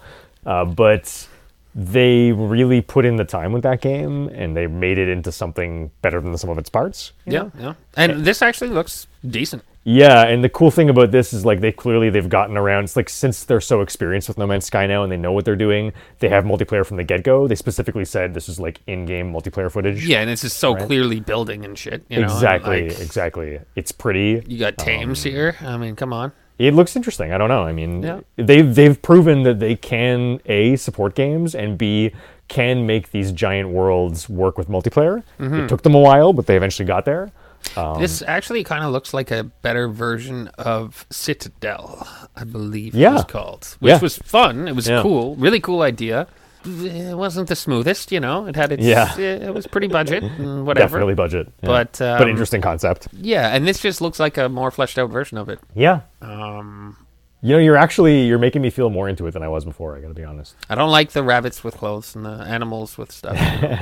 uh, but they really put in the time with that game, and they made it into something better than the sum of its parts. you Yeah, yeah. And this actually looks decent. yeah, and the cool thing about this is like they clearly they've gotten around. It's like since they're so experienced with No Man's Sky now and they know what they're doing, they have multiplayer from the get go. They specifically said this is like in-game multiplayer footage. Yeah, and it's just so clearly building and shit. You know, and, exactly, Um, like, exactly. It's pretty. you got Tames here. I mean, come on. It looks interesting. I don't know. I mean, Yeah. they've they've proven that they can a support games and b can make these giant worlds work with multiplayer. Mm-hmm. It took them a while, but they eventually got there. Um, this actually kind of looks like a better version of Citadel, I believe it Yeah. was called, which Yeah. was fun. It was Yeah. cool, really cool idea. It wasn't the smoothest, you know. It had its, Yeah. it was pretty budget, and whatever. Definitely budget, Yeah. But, but um, interesting concept. Yeah, and this just looks like a more fleshed out version of it. Yeah, Um, You know, you're actually you're making me feel more into it than I was before. I got to be honest. I don't like the rabbits with clothes and the animals with stuff.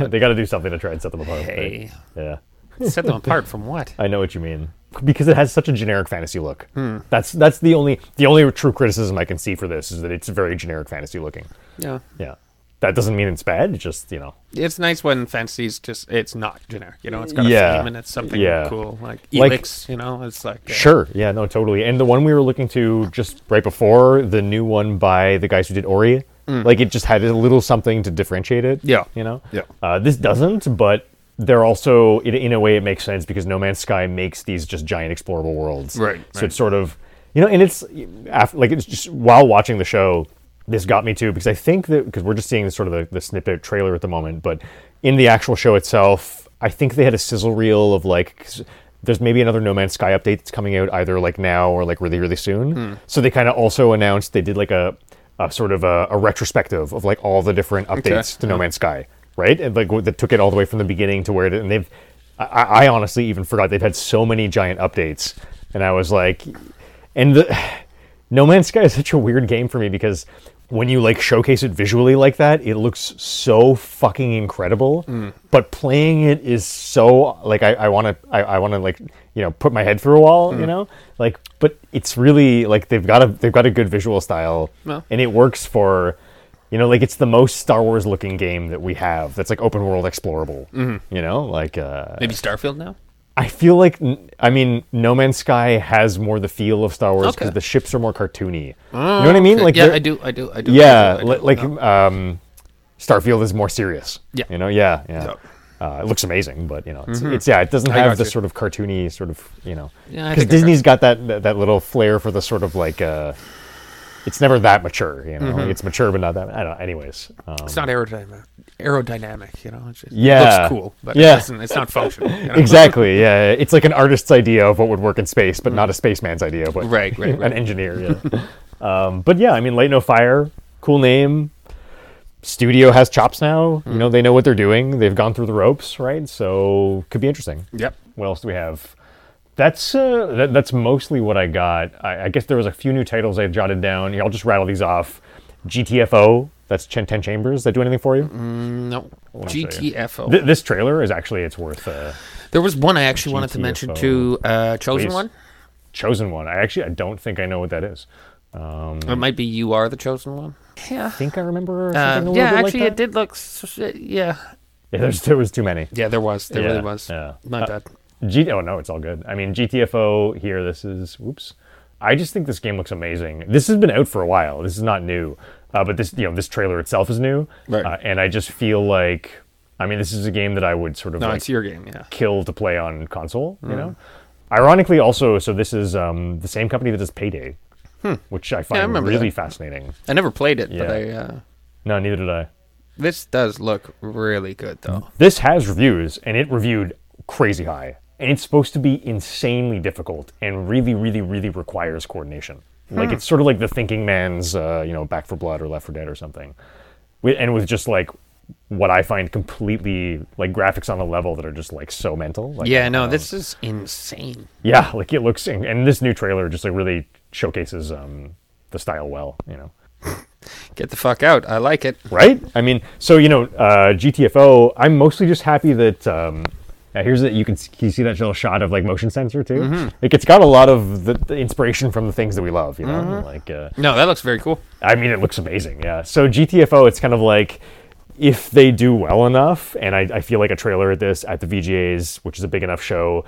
they got to do something to try and set them apart. right? Hey. Yeah, Set them apart from what? I know what you mean because it has such a generic fantasy look. That's that's the only the only true criticism I can see for this is that it's very generic fantasy looking. Yeah. Yeah, that doesn't mean it's bad. It's just you know, It's nice when fantasy's just it's not generic, you know. It's got a Yeah. theme and it's something Yeah. cool, like Like- Elix, you know. It's like uh, Sure. Yeah, no, totally. And the one we were looking to just right before, the new one by the guys who did Ori, like it just had a little something to differentiate it. Mm. Yeah. You know? Yeah. Uh, this doesn't, but they're also, in, in a way, it makes sense because No Man's Sky makes these just giant explorable worlds. Right, So right. it's sort of, you know, and it's af like it's just while watching the show, this got me too because I think that because we're just seeing the sort of the, the snippet trailer at the moment, but in the actual show itself, I think they had a sizzle reel of like 'cause there's maybe another No Man's Sky update that's coming out either like now or like really really soon. So they kind of also announced they did like a, a sort of a, a retrospective of like all the different updates to No Man's Sky, right? And like w- that took it all the way from the beginning to where it and they've I, I honestly even forgot they've had so many giant updates, and I was like, and the No Man's Sky is such a weird game for me because when you like showcase it visually like that, it looks so fucking incredible. But playing it is so like I, I want to I, I want to like you know put my head through a wall, you know, like but it's really like they've got a they've got a good visual style, Well. and it works for. You know, like it's the most Star Wars looking game that we have. That's like open world explorable. You know, like uh, maybe Starfield now. I feel like n- I mean No Man's Sky has more the feel of Star Wars because Okay. the ships are more cartoony. Ah, you know what I mean? Like yeah, they're- I do, I do, I do. Yeah, I do, I li- do. like um, Starfield is more serious. Yeah. you know, yeah, yeah. Yep. Uh, it looks amazing, but you know, it's, it's yeah, it doesn't have got the you. sort of cartoony sort of you know Yeah, I because think I got Disney's got that, that that little flair for the sort of like uh, it's never that mature. You know, it's mature but not that. I don't. know. Anyways, um, it's not aerodynamic. Aerodynamic, you know. It's just, Yeah. it looks cool, but Yeah. it doesn't, it's not functional. you know? exactly. Yeah, it's like an artist's idea of what would work in space, but not a spaceman's idea. But Mm. Right, right, right. an engineer. Yeah. um, but yeah, I mean, Light No Fire, cool name. Studio has chops now. You know, Mm. they know what they're doing. They've gone through the ropes, right? So could be interesting. Yep. What else do we have? That's uh, that, that's mostly what I got. I, I guess there was a few new titles I jotted down. Here, I'll just rattle these off. GTFO. That's Chen Ten Chambers. Does that do anything for you? No. show you. GTFO. Th- this trailer is actually it's worth. Uh, there was one I actually wanted to mention GTFO. to uh, chosen Please. one. chosen one. I actually I don't think I know what that is. Um, It might be you are the chosen one. Yeah. I think I remember something Uh, a little yeah, bit like actually, that. it did look. s- s- Yeah. Yeah, there's, there was too many. Yeah, there was. There Yeah, really was. yeah. My Uh, bad. G- oh no, it's all good. I mean, GTFO here. This is whoops. I just think this game looks amazing. This has been out for a while. This is not new, uh, but this you know this trailer itself is new, Right. Uh, and I just feel like, I mean, this is a game that I would sort of No, like it's your game. Yeah. kill to play on console. You know, ironically, also, so this is um, the same company that does Payday, which I find remember really that. fascinating. I never played it, but Yeah. I. Uh, No, neither did I. this does look really good, though. This has reviews, and it reviewed crazy high. And it's supposed to be insanely difficult, and really, really, really requires coordination. Like it's sort of like the thinking man's, uh, you know, Back for Blood or Left for Dead or something. Wi- And with just like what I find completely like graphics on a level that are just like so mental. Like, yeah, no, this is insane. yeah, like it looks, and this new trailer just like really showcases um, the style well. You know. Get the fuck out. I like it. right? I mean, so you know, uh, GTFO. I'm mostly just happy that um, now here's that you can, s- can you see that little shot of like motion sensor too. Like it's got a lot of the, the inspiration from the things that we love. You know, like uh, No, that looks very cool. I mean, it looks amazing. Yeah. So GTFO, it's kind of like if they do well enough, and I, I feel like a trailer at this at the VGAs, which is a big enough show.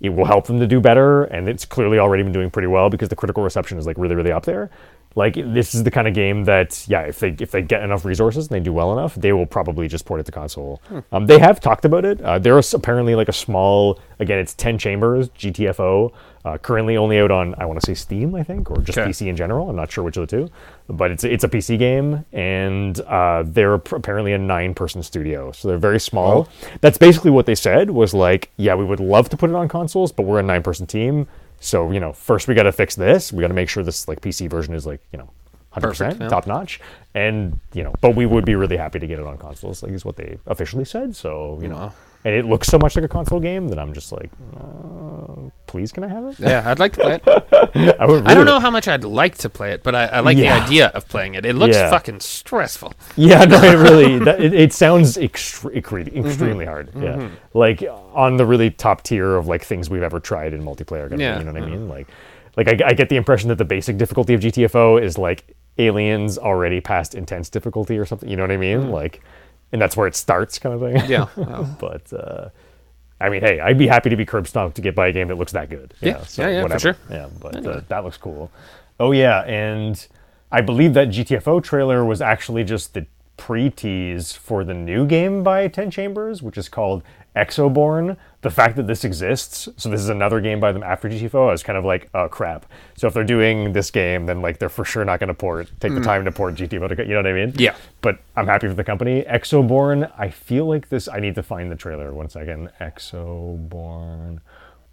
It will help them to do better, and it's clearly already been doing pretty well because the critical reception is like really, really up there. Like this is the kind of game that, yeah, if they if they get enough resources and they do well enough, they will probably just port it to console. Um, they have talked about it. Uh, there is apparently like a small, again, it's ten chambers GTFO, uh, currently only out on I want to say Steam, I think, or just Okay. PC in general. I'm not sure which of the two, but it's it's a PC game, and uh, they're pr- apparently a nine person studio, so they're very small. Oh. That's basically what they said was like, yeah, we would love to put it on consoles, but we're a nine person team, so you know, first we got to fix this. We got to make sure this like PC version is like you know. 100% Perfect, yeah. top notch and you know but we would be really happy to get it on consoles like is what they officially said so you know Wow. and it looks so much like a console game that i'm just like uh, please can i have it Yeah, I'd like to play it. I, would I really- don't know how much I'd like to play it, but I, I like Yeah. the idea of playing it. It looks Yeah. fucking stressful. Yeah, no, it really that, it, it sounds extre- extre- Mm-hmm. extremely hard. Yeah, like on the really top tier of like things we've ever tried in multiplayer. Kind Yeah. you know what I mean? Like, like I, I get the impression that the basic difficulty of GTFO is like aliens already past intense difficulty or something. You know what I mean? Like, and that's where it starts, kind of thing. Mm. Yeah. Oh. but uh, I mean, hey, I'd be happy to be curb stomped to get by a game that looks that good. you Yeah. know, so Yeah, yeah, for whatever. sure. Yeah, but uh, that looks cool. Oh yeah, and I believe that GTFO trailer was actually just the pre-tease for the new game by Ten Chambers, which is called Exoborn. The fact that this exists, so this is another game by them after GTFO, I was kind of like, oh crap. So if they're doing this game, then like they're for sure not going to port, take the time to port GTFO. To, co- you know what I mean? Yeah. But I'm happy for the company. Exoborn, I feel like this. I need to find the trailer one second. Exoborn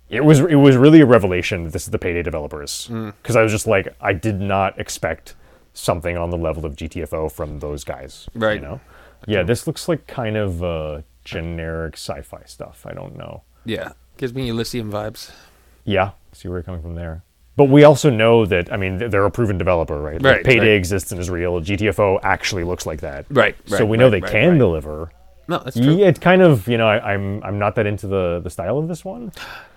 it was it was really a revelation that this is the payday developers Mm. because I was just like I did not expect something on the level of GTFO from those guys. Right. You know. Yeah, this looks like kind of uh, generic sci-fi stuff. I don't know. Yeah. Gives me Elysium vibes. Yeah, see where you're coming from there. But we also know that I mean th- they're a proven developer, right? Right, Payday right. exists and is real. GTFO actually looks like that. Right, so right, we know right, they right, can right. deliver. No, that's true. Yeah, it's kind of you know I, I'm I'm not that into the the style of this one.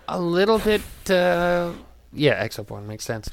A little bit, uh, yeah, Exoborn makes sense.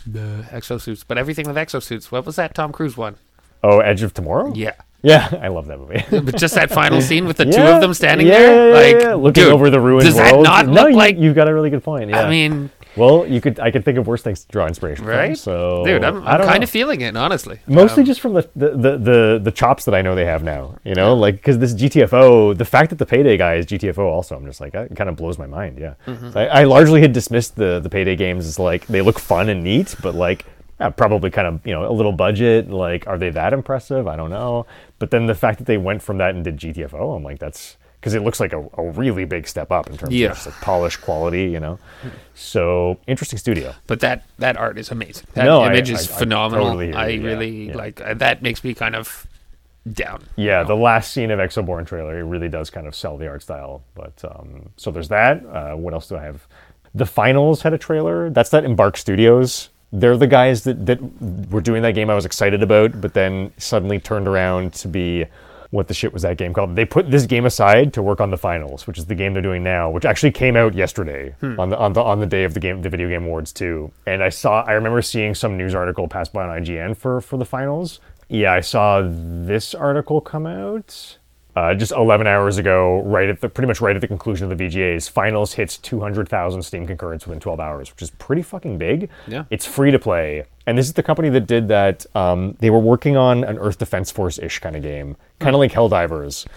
Exosuits, but everything with exosuits. What was that Tom Cruise one? Oh, Edge of Tomorrow. Yeah. yeah, I love that movie. But just that final scene with the two Yeah, of them standing yeah, there, yeah, yeah, like yeah, looking dude, over the ruined Does world. that not no, look you, like? you've got a really good point. Yeah. I mean, well, you could. I could think of worse things to draw inspiration from. right? So, dude, I'm, Oh, I I'm don't kind know. of feeling it, honestly. Um, Mostly just from the, the, the, the, the chops that I know they have now, you know, like because this GTFO, the fact that the payday guy is GTFO also, I'm just like that kind of blows my mind. Yeah, So I, I largely had dismissed the the payday games as like they look fun and neat, but like yeah, probably kind of you know a little budget. Like, are they that impressive? I don't know. But then the fact that they went from that and did GTFO, I'm like that's because it looks like a, a really big step up in terms Yeah. of just like polish quality, you know. So interesting studio. But that that art is amazing. That No, I- image I- is I phenomenal. I, totally hear you, yeah, really yeah. like uh, that. Makes me kind of down. Yeah, the last scene of Exoborn trailer, it really does kind of sell the art style. But um, so there's that. Uh, what else do I have? The finals had a trailer. That's that Embark Studios. They're the guys that that were doing that game I was excited about, but then suddenly turned around to be what the shit was that game called? They put this game aside to work on the finals, which is the game they're doing now, which actually came out yesterday on the on the on the day of the game the video game awards too. And I saw I remember seeing some news article passed by on IGN for for the finals. Yeah, I saw this article come out uh, just 11 hours ago, right at the pretty much right at the conclusion of the VGAs. Finals hits 200,000 Steam concurrents within 12 hours, which is pretty fucking big. Yeah. It's free to play. And this is the company that did that. Um, they were working on an Earth Defense Force ish kind of game, kind of like Helldivers.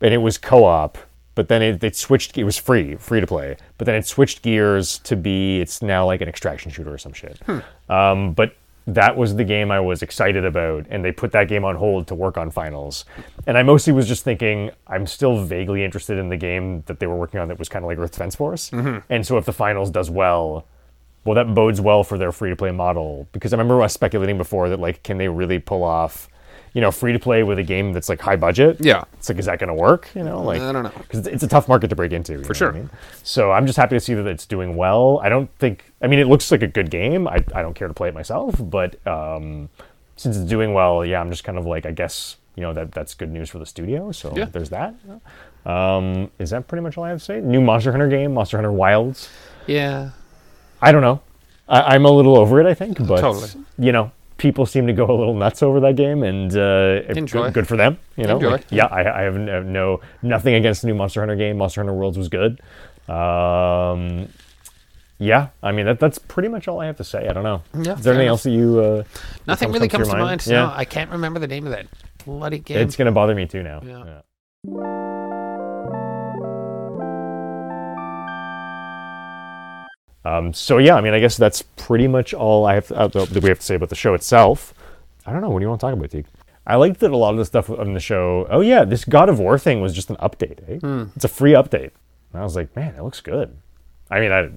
And it was co op, but then it, it switched, it was free, free to play. But then it switched gears to be, it's now like an extraction shooter or some shit. Um, but that was the game I was excited about, and they put that game on hold to work on finals. And I mostly was just thinking, I'm still vaguely interested in the game that they were working on that was kind of like Earth Defense Force. And so if the finals does well, well, that bodes well for their free to play model because I remember us speculating before that like, can they really pull off? you know, free to play with a game that's like high budget. Yeah. It's like, is that going to work? You know, like I don't know. because it's a tough market to break into. For sure. So I'm just happy to see that it's doing well. I don't think. I mean, it looks like a good game. I, I don't care to play it myself, but um, since it's doing well, yeah, I'm just kind of like, I guess you know that that's good news for the studio. So Yeah. there's that. Um, is that pretty much all I have to say? New Monster Hunter game, Monster Hunter Wilds. Yeah. I don't know. I, I'm a little over it, I think, but Totally. you know, people seem to go a little nuts over that game, and uh, it- Enjoy. Good, good for them. You know, Enjoy. Like, yeah, I, I have no, no nothing against the new Monster Hunter game. Monster Hunter Worlds was good. Um, yeah, I mean that, that's pretty much all I have to say. I don't know. Yeah, Is fair there anything enough. else that you? Uh, Nothing that really comes to mind. Yeah, No, I can't remember the name of that bloody game. it's gonna bother me too now. Yeah. Um, so yeah, I mean, I guess that's pretty much all I have to, uh, that we have to say about the show itself. I don't know. What do you want to talk about, Teague? I like that a lot of the stuff on the show. Oh yeah, this God of War thing was just an update. Eh? Hmm. It's a free update. And I was like, man, it looks good. I mean, I, I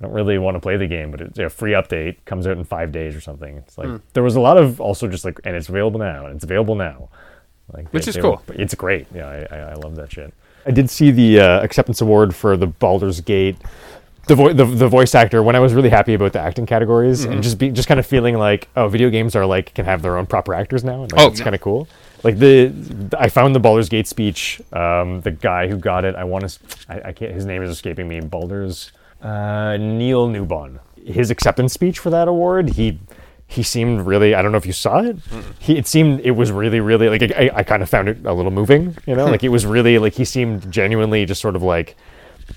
don't really want to play the game, but it's a free update comes out in five days or something. It's Hmm. like there was a lot of also just like, and it's available now, and it's available now. Like, Which they- is they were- cool. but it's great. Yeah, I, I, I love that shit. I did see the uh, acceptance award for the Baldur's Gate, the, vo- the the voice actor. When I was really happy about the acting categories Mm-hmm. and just be just kind of feeling like, oh, video games are like can have their own proper actors now. And like, Oh, it's yeah. kind of cool. Like the, I found the Baldur's Gate speech. Um, the guy who got it, I want to, I, I can't. His name is escaping me. Baldur's uh, Neil Newbon. His acceptance speech for that award, he he seemed really. I don't know if you saw it. He it seemed it was really really like I, I kind of found it a little moving. Hmm. You know, like it was really like he seemed genuinely just sort of like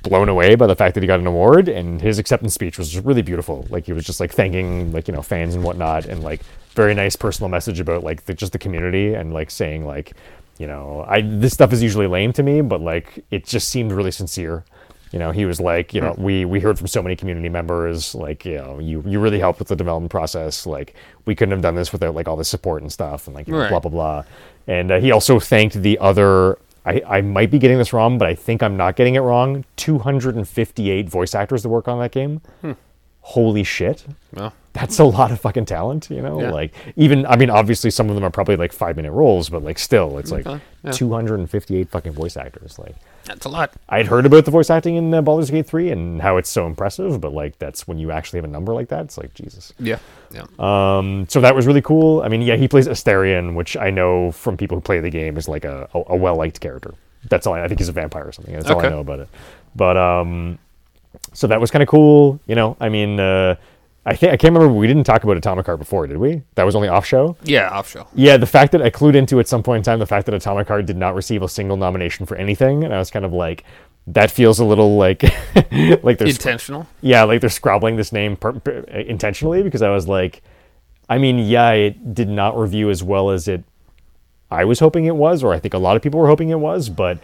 blown away by the fact that he got an award and his acceptance speech was just really beautiful like he was just like thanking like you know fans and whatnot and like very nice personal message about like the, just the community and like saying like you know i this stuff is usually lame to me but like it just seemed really sincere you know he was like you know we we heard from so many community members like you know you you really helped with the development process like we couldn't have done this without like all this support and stuff and like you know, Right. blah blah blah and uh, he also thanked the other I, I might be getting this wrong but i think i'm not getting it wrong 258 voice actors that work on that game Hmm. holy shit Well, that's a lot of fucking talent, you know? Yeah. Like even I mean obviously some of them are probably like 5 minute roles, but like still it's like Okay, yeah. 258 fucking voice actors like That's a lot. I'd heard about the voice acting in uh, Baldur's Gate 3 and how it's so impressive, but like that's when you actually have a number like that, it's like Jesus. yeah, yeah. Um, so that was really cool. I mean, yeah, he plays Asterion, which I know from people who play the game is like a, a, a well liked character. That's all I, I think he's a vampire or something. That's all I Okay. know about it. But um, so that was kind of cool. You know, I mean, uh, I think I can't remember. We didn't talk about Atomic Heart before, did we? That was only off show. yeah, offshore. Yeah, the fact that I clued into at some point in time the fact that Atomic Heart did not receive a single nomination for anything, and I was kind of like, that feels a little like like there's Intentional. yeah, like they're scrabbling this name per- per- intentionally because I was like, I mean, yeah, it did not review as well as it I was hoping it was, or I think a lot of people were hoping it was, but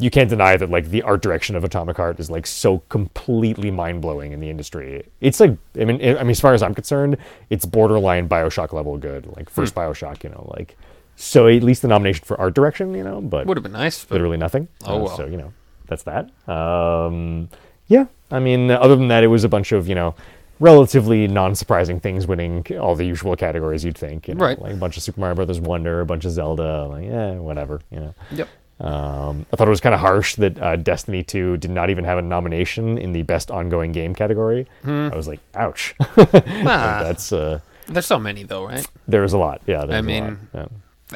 you can't deny that like the art direction of Atomic Heart is like so completely mind blowing in the industry. It's like I mean, I mean, as far as I'm concerned, it's borderline Bioshock level good, like first Bioshock, you know, like so at least the nomination for art direction, you know, but Would have been nice, but literally nothing. Uh, Oh, well. So you know, that's that. Um, yeah, I mean, other than that, it was a bunch of you know, relatively non-surprising things winning all the usual categories you'd think. You know, Right. Like a bunch of Super Mario Brothers Wonder, a bunch of Zelda. Like yeah, whatever. You know. yep. Um, I thought it was kind of harsh that uh, Destiny 2 did not even have a nomination in the best ongoing game category. Hmm. I was like, ouch. Ah, That's uh, there's so many though, right? there was a lot. Yeah, there was a lot. mean, Yeah.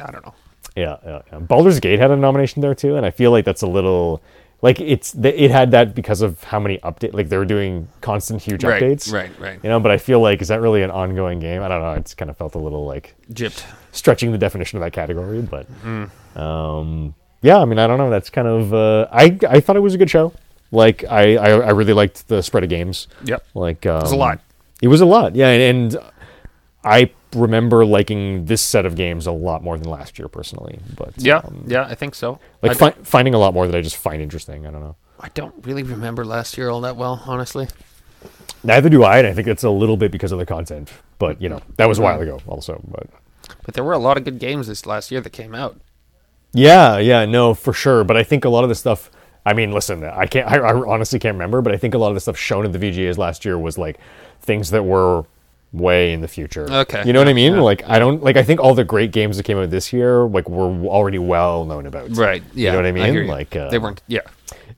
I don't know. Yeah, yeah, yeah. Baldur's Gate had a nomination there too, and I feel like that's a little like it's th- it had that because of how many update like they were doing constant huge Right, updates. right, right. You know, but I feel like is that really an ongoing game? I don't know. It's kind of felt a little like Gypped. stretching the definition of that category, but Mm-hmm. um, yeah, I mean, I don't know. That's kind of uh, I I thought it was a good show. Like I I, I really liked the spread of games. Yep. Like um, it was a lot. It was a lot. Yeah, and, and I remember liking this set of games a lot more than last year personally. But Yeah, um, yeah, I think so. I, like don't- fi- finding a lot more that I just find interesting. I don't know. I don't really remember last year all that well, honestly. Neither do I, and I think it's a little bit because of the content. But you know, that was a while Mm-hmm. ago also. But But there were a lot of good games this last year that came out. Yeah, yeah, no, for sure. But I think a lot of the stuff. I mean, listen, I can't. I, I honestly can't remember. But I think a lot of the stuff shown at the VGAs last year was like things that were way in the future. Okay. You know what I mean? Like I don't like I think all the great games that came out this year like were already well known about. Right. Yeah. You know what I mean? hear you. Like uh, they weren't. Yeah.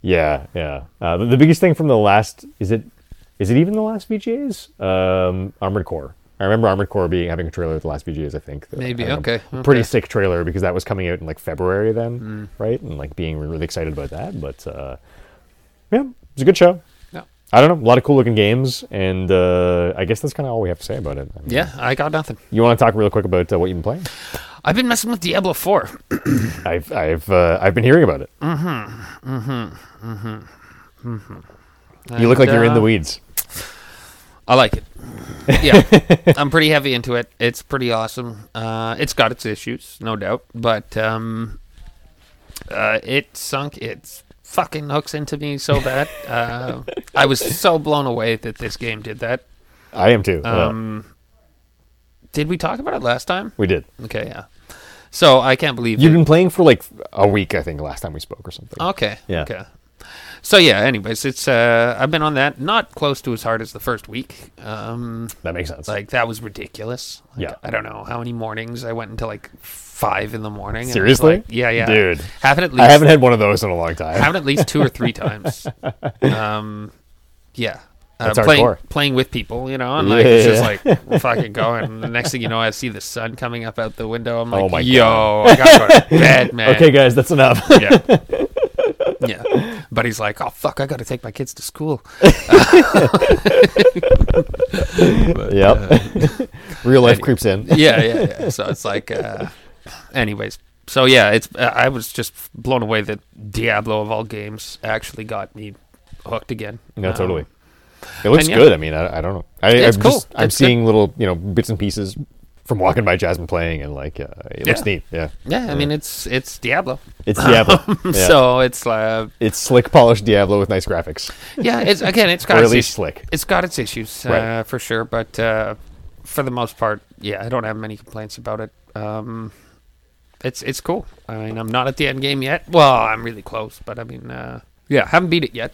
Yeah, yeah. Uh, the, the biggest thing from the last is it is it even the last VGAs? Um, Armored Core. I remember Armored Core being having a trailer at the last VGAs. I think that- Maybe, I remember. okay, Hmm. okay. Pretty sick trailer because that was coming out in like February then, right? And like being really excited about that. But uh, yeah, it's a good show. No. I don't know, a lot of cool looking games, and uh, I guess that's kind of all we have to say about it. I mean, Yeah. I got nothing. You want to talk real quick about uh, what you've been playing? I've been messing with Diablo Four. I've I've uh, I've been hearing about it. Mm-hmm. Mm-hmm. Mm-hmm. You look like you're in the mm-hmm, uh, weeds. I like it. Yeah, I'm pretty heavy into it. It's pretty awesome. Uh, it's got its issues, no doubt, but um, uh, it sunk its fucking hooks into me so bad. Uh, I was so blown away that this game did that. I am too. Yeah. Um, Did we talk about it last time? we did. Okay, yeah. So I can't believe You've it- been playing for like a week, I think, last time we spoke or something. Okay. Yeah. Okay. So yeah. Anyways, it's uh, I've been on that not close to as hard as the first week. Um, that makes sense. Like that was ridiculous. Like, Yeah. I don't know how many mornings I went until like five in the morning. and it's Seriously? like- yeah, yeah. Dude. Have it at least I haven't had one of those in a long time. have it at least two or three times. Um yeah. Uh, That's playing hardcore. playing with people, you know, and like it's just Yeah. like fucking going. And the next thing you know, I see the sun coming up out the window. I'm like, Oh my yo, I gotta go to bed, man. okay, guys, that's enough. Yeah. yeah. But he's like, oh, fuck, I got to take my kids to school. yep. Real life creeps in. yeah, yeah, yeah. So it's like, uh, anyways. So yeah, it's. Uh, I was just blown away that Diablo of all games actually got me hooked again. No, Um, totally. It looks and yeah. good. I mean, I, I don't know. I, It's I'm cool. Just, I'm It's good. seeing little, you know, bits and pieces from walking by Jasmine playing, and like, uh, it looks Yeah. neat. Yeah. Yeah, I mean it's it's Diablo, It's Diablo. Yeah. Um, so it's uh, it's slick, polished Diablo with nice graphics, yeah, it's again it's got or at its least issues- slick. it's got its issues uh, Right. for sure, but uh, for the most part, yeah, I don't have many complaints about it. Um, it's it's cool. I mean, I'm not at the end game yet. Well, I'm really close, but I mean, uh, yeah, haven't beat it yet.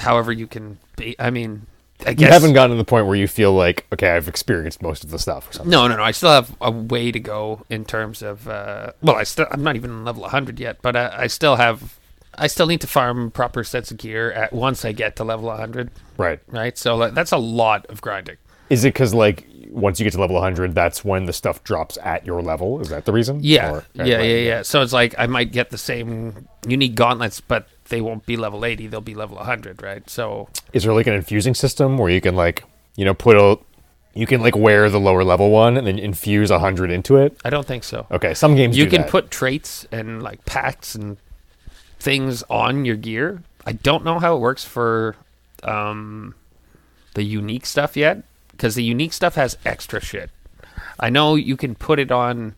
However, you can be. I mean, I You guess haven't gotten to the point where you feel like, okay, I've experienced most of the stuff or something. No, no, no. I still have a way to go in terms of. Uh, well, I still I'm not even on level 100 yet, but I, I still have. I still need to farm proper sets of gear at once I get to level 100, Right. right? So like, that's a lot of grinding. Is it because like once you get to level 100, that's when the stuff drops at your level? Is that the reason? Yeah, Or- yeah, right, yeah, right. yeah, So it's like I might get the same unique gauntlets, but they won't be level 80. They'll be level 100, right? So Is there like an infusing system where you can like you know put a you can like wear the lower level one and then infuse 100 into it? I don't think so. Okay, some games You do can that. put traits and like packs and things on your gear. I don't know how it works for um, the unique stuff yet because the unique stuff has extra shit. I know you can put it on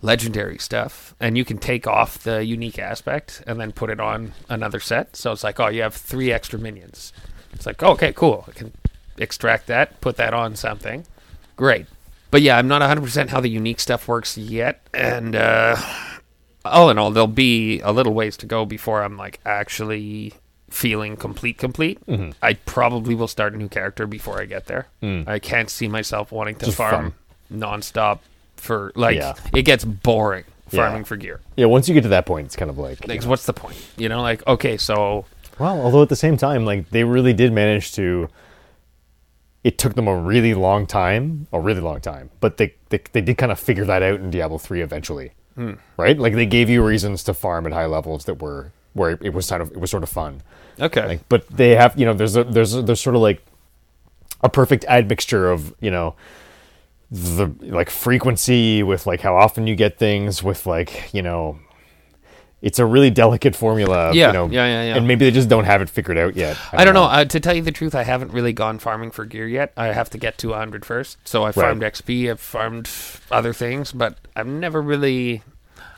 legendary stuff and you can take off the unique aspect and then put it on another set. So it's like, oh, you have three extra minions. It's like, oh, okay, cool. I can extract that, put that on something. Great. But yeah, I'm not 100% how the unique stuff works yet. And uh, all in all, there'll be a little ways to go before I'm like actually feeling complete, complete. I probably will start a new character before I get there. I can't see myself wanting to Just farm nonstop for like Yeah. it gets boring Yeah. farming for gear. yeah, once you get to that point, it's kind of like Like, what's the point? You know, like okay, so Well, although at the same time, like they really did manage to. It took them a really long time, a really long time, but they they, they did kind of figure that out in Diablo three eventually, right? Like they gave you reasons to farm at high levels that were where it was kind of it was sort of fun. okay, Like, but they have you know there's a there's a, there's sort of like a perfect admixture of you know the like frequency with like how often you get things with like you know it's a really delicate formula Yeah, you know yeah, yeah, yeah. and maybe they just don't have it figured out yet I don't know. Uh, to tell you the truth, I haven't really gone farming for gear yet. I have to get to 100 first. So I farmed XP, I've farmed other things, but I've never really.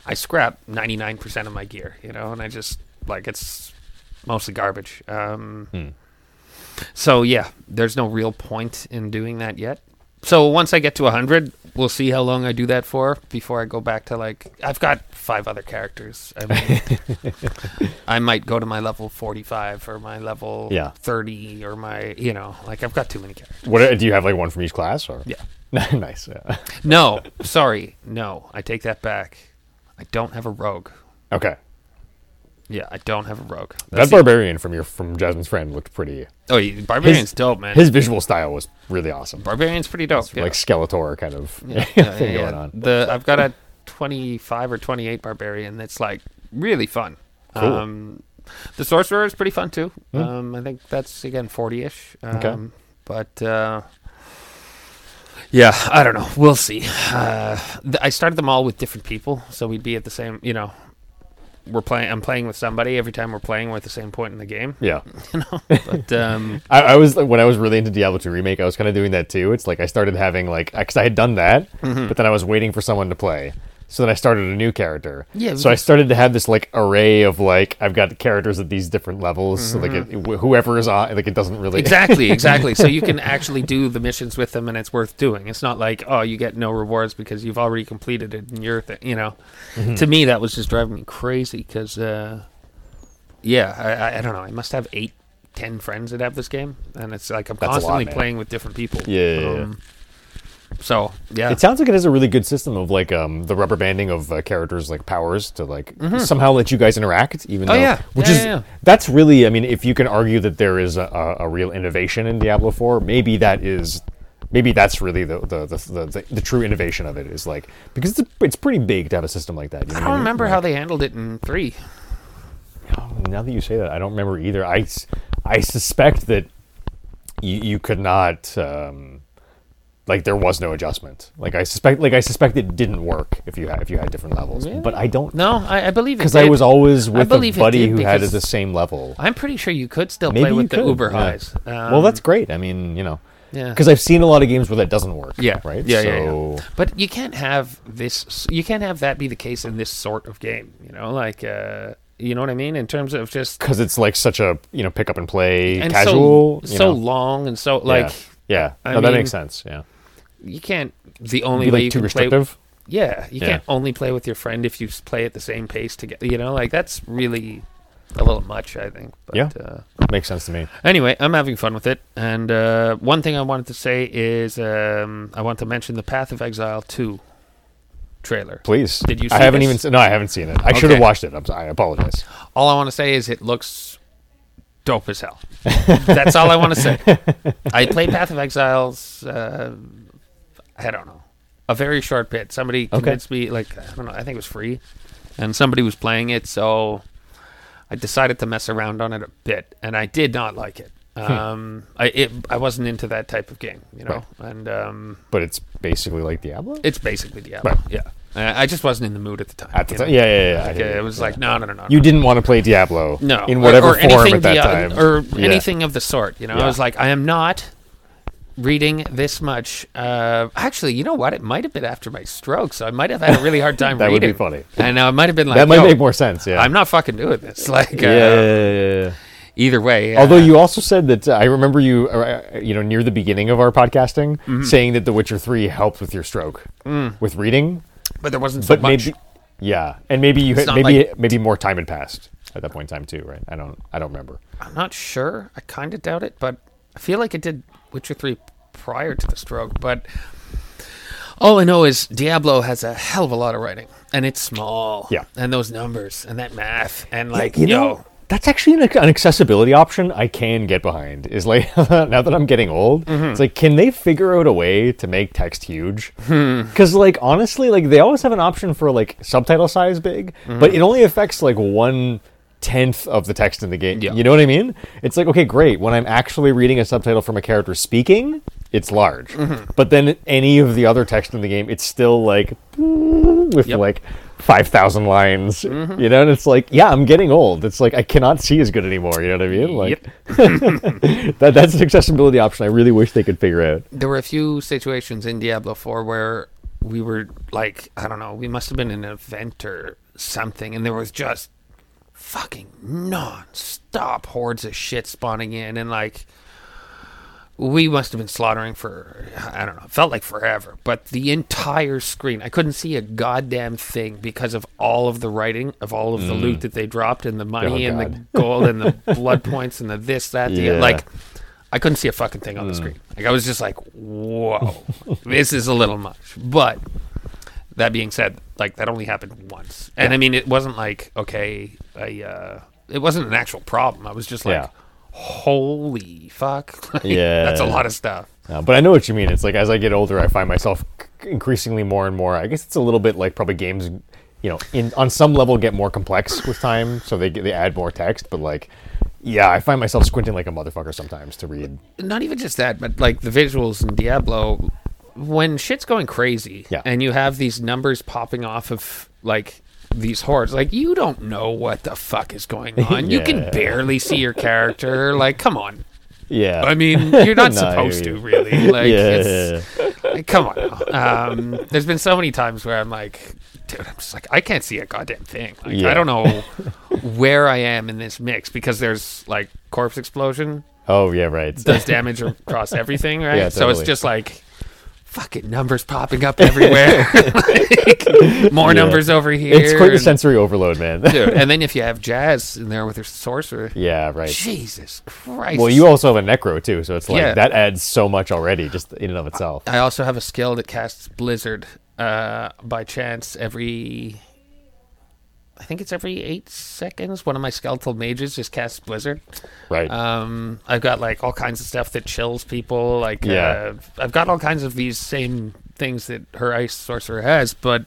I scrap 99% of my gear, you know, and I just, like, it's mostly garbage. Um, So yeah, there's no real point in doing that yet. So once I get to 100, we'll see how long I do that for before I go back to like I've got five other characters. I, mean, I might go to my level 45 or my level Yeah. 30 or my you know like I've got too many characters. What do you have? Like one from each class, or Yeah. nice. Yeah. No, sorry, no, I take that back. I don't have a rogue. Okay, Yeah, I don't have a rogue. that That's the- barbarian from your from Jasmine's friend looked pretty. oh, yeah, barbarian's dope, man. His visual style was really awesome, barbarian's pretty dope. yeah. like Skeletor kind of yeah, thing yeah, going yeah. on. The I've got a 25 or 28 barbarian that's like really fun. Cool. Hmm. Um, the sorcerer is pretty fun too. Um, I think that's again 40ish. Um, Okay. But uh, yeah, I don't know. We'll see. Uh, th- I started them all with different people, so we'd be at the same. You know, we're playing. I'm playing with somebody every time we're playing. We're at the same point in the game. Yeah, But um, I, I was when I was really into Diablo 2 remake, I was kind of doing that too. It's like I started having like because I had done that, but then I was waiting for someone to play. So then I started a new character. Yeah, So I because- started to have this like array of like I've got characters at these different levels. So like it, wh- whoever is on, like it doesn't really. Exactly, exactly. so you can actually do the missions with them, and it's worth doing. It's not like oh, you get no rewards because you've already completed it, and you're th- you know. Mm-hmm. To me, that was just driving me crazy because, uh, yeah, I- I, I don't know. I must have eight, ten friends that have this game, and it's like I'm a lot, constantly man. playing with different people. Um, Yeah, yeah, yeah. so yeah, It sounds like it has a really good system of like um, the rubber banding of uh, characters like powers to like somehow let you guys interact even Mm-hmm. Oh, though yeah. which Yeah, is yeah, yeah. that's really I mean if you can argue that there is a, a, a real innovation in Diablo 4 maybe that is maybe that's really the the, the, the, the, the true innovation of it is like because it's, it's pretty big to have a system like that. you know I what don't mean? remember how they handled it in three. Now that you say that, I don't remember either. I, s- I suspect that you, you could not, um, like there was no adjustment. Like I suspect, like I suspect it didn't work if you had if you had different levels. But I don't No, I, I believe it because I did. was always with a believe it buddy did who had because- the same level. I'm pretty sure you could still Maybe play you with the could, Uber yeah. highs. Um, well, that's great. I mean, you know, yeah. because I've seen a lot of games where that doesn't work. Yeah. Right. Yeah, so, yeah, yeah. But you can't have this. You can't have that be the case in this sort of game. You know, like uh, you know what I mean in terms of just Because it's like such a you know pick up and play and casual. so you so know, long and so yeah. like yeah. I No, that mean, makes sense. Yeah. you can't. The only Be way you like too can restrictive. play. Yeah, you Yeah. can't only play with your friend if you s- play at the same pace together. You know, like that's really a little much. I think. But, Yeah. Uh, Makes sense to me. Anyway, I'm having fun with it. And uh, one thing I wanted to say is um, I want to mention the Path of Exile 2 trailer. Please. Did you I see haven't this? even. se- No, I haven't seen it. I should have Okay. watched it. I'm sorry. I apologize. All I want to say is it looks dope as hell. That's all I want to say. I played Path of Exiles. Uh, I don't know. A very short bit. Somebody convinced me, like, I don't know, I think it was free. And somebody was playing it, so I decided to mess around on it a bit. And I did not like it. Hmm. Um, I it, I wasn't into that type of game, you know? And um, But it's basically like Diablo. it's basically Diablo. Right. Yeah. I I just wasn't in the mood at the time. At the you time, know? yeah, yeah, yeah. I Like, hear uh, you. it was like, no, no, no, no. you didn't want to play Diablo. No, in or- whatever or form anything at that the- uh, time, or Yeah. anything of the sort. You know, Yeah. I was like, I am not reading this much. Uh, actually, you know what? It might have been after my stroke, so I might have had a really hard time That would be reading. funny. And I might have been like, That might "Yo, make more sense. Yeah. I'm not fucking doing this. Like, uh, yeah, yeah, yeah, yeah, yeah. either way. Although uh, you also said that uh, I remember you, uh, you know, near the beginning of our podcasting, Mm-hmm. saying that The Witcher Three helped with your stroke, with reading, but there wasn't Mm. so but much. maybe, yeah, and maybe you, It's not maybe, like- maybe more time had passed at that point in time too, right? I don't, I don't remember. I'm not sure. I kind of doubt it, but I feel like it did Witcher 3 prior to the stroke. But all I know is Diablo has a hell of a lot of writing, and it's small. Yeah. And those numbers, and that math, and like, you yo. know that's actually an, an accessibility option i can get behind is like now that i'm getting old Mm-hmm. it's like can they figure out a way to make text huge Hmm. because like honestly like they always have an option for like subtitle size big Mm-hmm. but it only affects like one tenth of the text in the game Yeah. you know what i mean it's like okay great when i'm actually reading a subtitle from a character speaking it's large Mm-hmm. but then any of the other text in the game it's still like with Yep. like 5,000 lines, Mm-hmm. you know? And it's like, yeah, I'm getting old. It's like, I cannot see as good anymore. You know what I mean? Like, that, that's an accessibility option I really wish they could figure out. there were a few situations in Diablo 4 where we were like, I don't know, we must have been in an event or something, and there was just fucking non-stop hordes of shit spawning in, and like we must have been slaughtering for I don't know, it felt like forever, but the entire screen. I couldn't see a goddamn thing because of all of the writing, of all of the loot that they dropped and the Mm. money Oh, and God. the gold and the blood points and the this that the Yeah. Mm. like I couldn't see a fucking thing on the screen. Like I was just like, "Whoa. this is a little much." But that being said, like that only happened once. And I mean, it wasn't like, okay, I uh it wasn't an actual problem. I was just like Yeah. holy fuck. Like, Yeah. That's a lot of stuff. Uh, but I know what you mean. It's like as I get older, I find myself c- increasingly more and more. I guess it's a little bit like probably games, you know, in on some level get more complex with time, so they get- they add more text. But like, yeah, I find myself squinting like a motherfucker sometimes to read. Not even just that, but like the visuals in Diablo when shit's going crazy Yeah. and you have these numbers popping off of like these hordes, like you don't know what the fuck is going on. You Yeah. can barely see your character. Like, come on. Yeah, I mean, you're not No, I hear supposed you. to, really. Like, Yeah, it's, like, come on. now. Um, there's been so many times where I'm like, dude, I'm just like, I can't see a goddamn thing. Like, Yeah. I don't know where I am in this mix because there's like corpse explosion oh yeah, right. does damage across everything, right? Yeah, So it's totally. just like fucking numbers popping up everywhere. Like, more Yeah. numbers over here. It's quite a and- sensory overload, man. Dude, and then if you have Jazz in there with her sorcerer, yeah, right. Jesus Christ. Well, you also have a necro too, so it's like Yeah. that adds so much already, just in and of itself. I also have a skill that casts Blizzard uh, by chance every. I think it's every eight seconds. One of my skeletal mages just casts Blizzard. Right. Um, I've got like all kinds of stuff that chills people. Like, Yeah. uh, I've got all kinds of these same things that her ice sorcerer has, but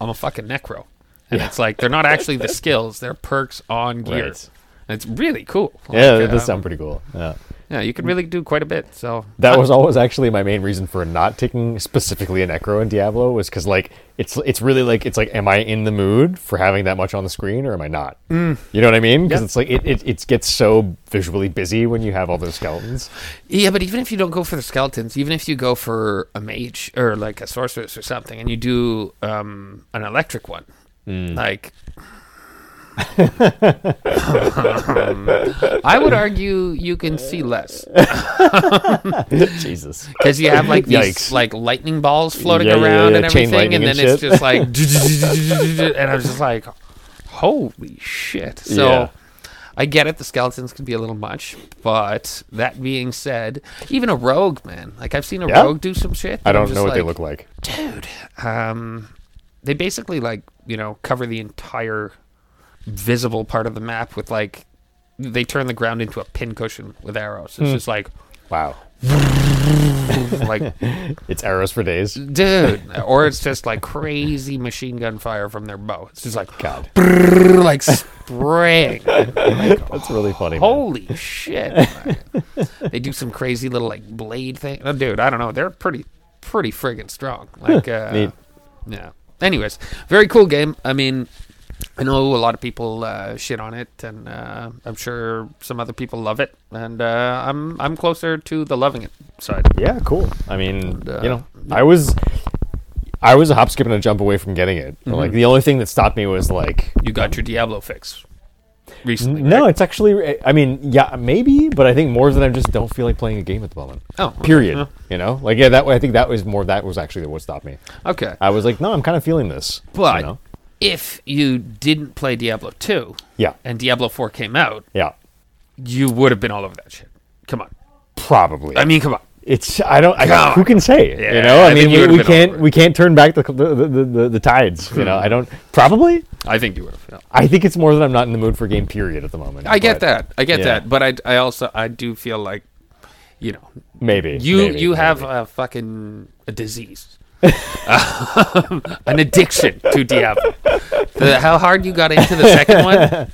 I'm a fucking necro, and it's like they're not actually the skills; they're perks on gear. Right. And it's really cool. yeah, Like, that does um, sound pretty cool. Yeah. Yeah, you can really do quite a bit. So That was always actually my main reason for not taking specifically a Necro in Diablo was because like it's it's really like it's like am I in the mood for having that much on the screen or am I not? Mm. You know what I mean? Because Yeah. it's like it, it it gets so visually busy when you have all those skeletons. Yeah, but even if you don't go for the skeletons, even if you go for a mage or like a sorceress or something, and you do um, an electric one, like. I would argue you can see less Jesus. because you have like these Yikes. like lightning balls floating Yeah, yeah, around yeah, and chain everything, and lightning then and it's shit. just like, and I was just like, holy shit! So Yeah. I get it; the skeletons can be a little much, but that being said, even a rogue man, like I've seen a Yeah. rogue do some shit. I don't know what they look like. dude. Um, they basically like you know cover the entire visible part of the map with like they turn the ground into a pincushion with arrows. Hmm. It's just like Wow. like It's arrows for days. Mm. dude or it's just like crazy machine gun fire from their bow it's just like God. brrr, like spraying That's really funny. man. holy shit man. they do some crazy little like blade thing oh, dude i don't know they're pretty pretty friggin' strong like uh Neat. yeah anyways very cool game i mean I know a lot of people uh, shit on it, and uh, I'm sure some other people love it. And uh, I'm I'm closer to the loving it side. Yeah, cool. I mean, uh, you know, I was I was a hop skip and a jump away from getting it. Like the only thing that stopped me was like You got your Diablo fix recently. No, it's actually. eh, I mean, yeah, maybe, but I think more than I just don't feel like playing a game at the moment. Oh, okay. period. Yeah. You know, like yeah, that way. I think that was more. That was actually what stopped me. Okay. I was like, no, I'm kind of feeling this. you But know? if you didn't play Diablo 2 yeah, and Diablo 4 came out, yeah, you would have been all over that shit. Come on. probably. I mean, come on. it's I don't. I, God. who can say? Yeah, you know, I, I think mean, you we, would've we been can't over it. we can't turn back the the, the, the, the tides. You know, I don't. Probably, I think you would have. I think it's more that I'm not in the mood for a game. Period at the moment. I get but that. I get yeah. that. But I, I also, I do feel like, you know, Maybe you maybe, you have uh, maybe. a fucking a disease. Um, an addiction to Diablo. The, how hard you got into the second one,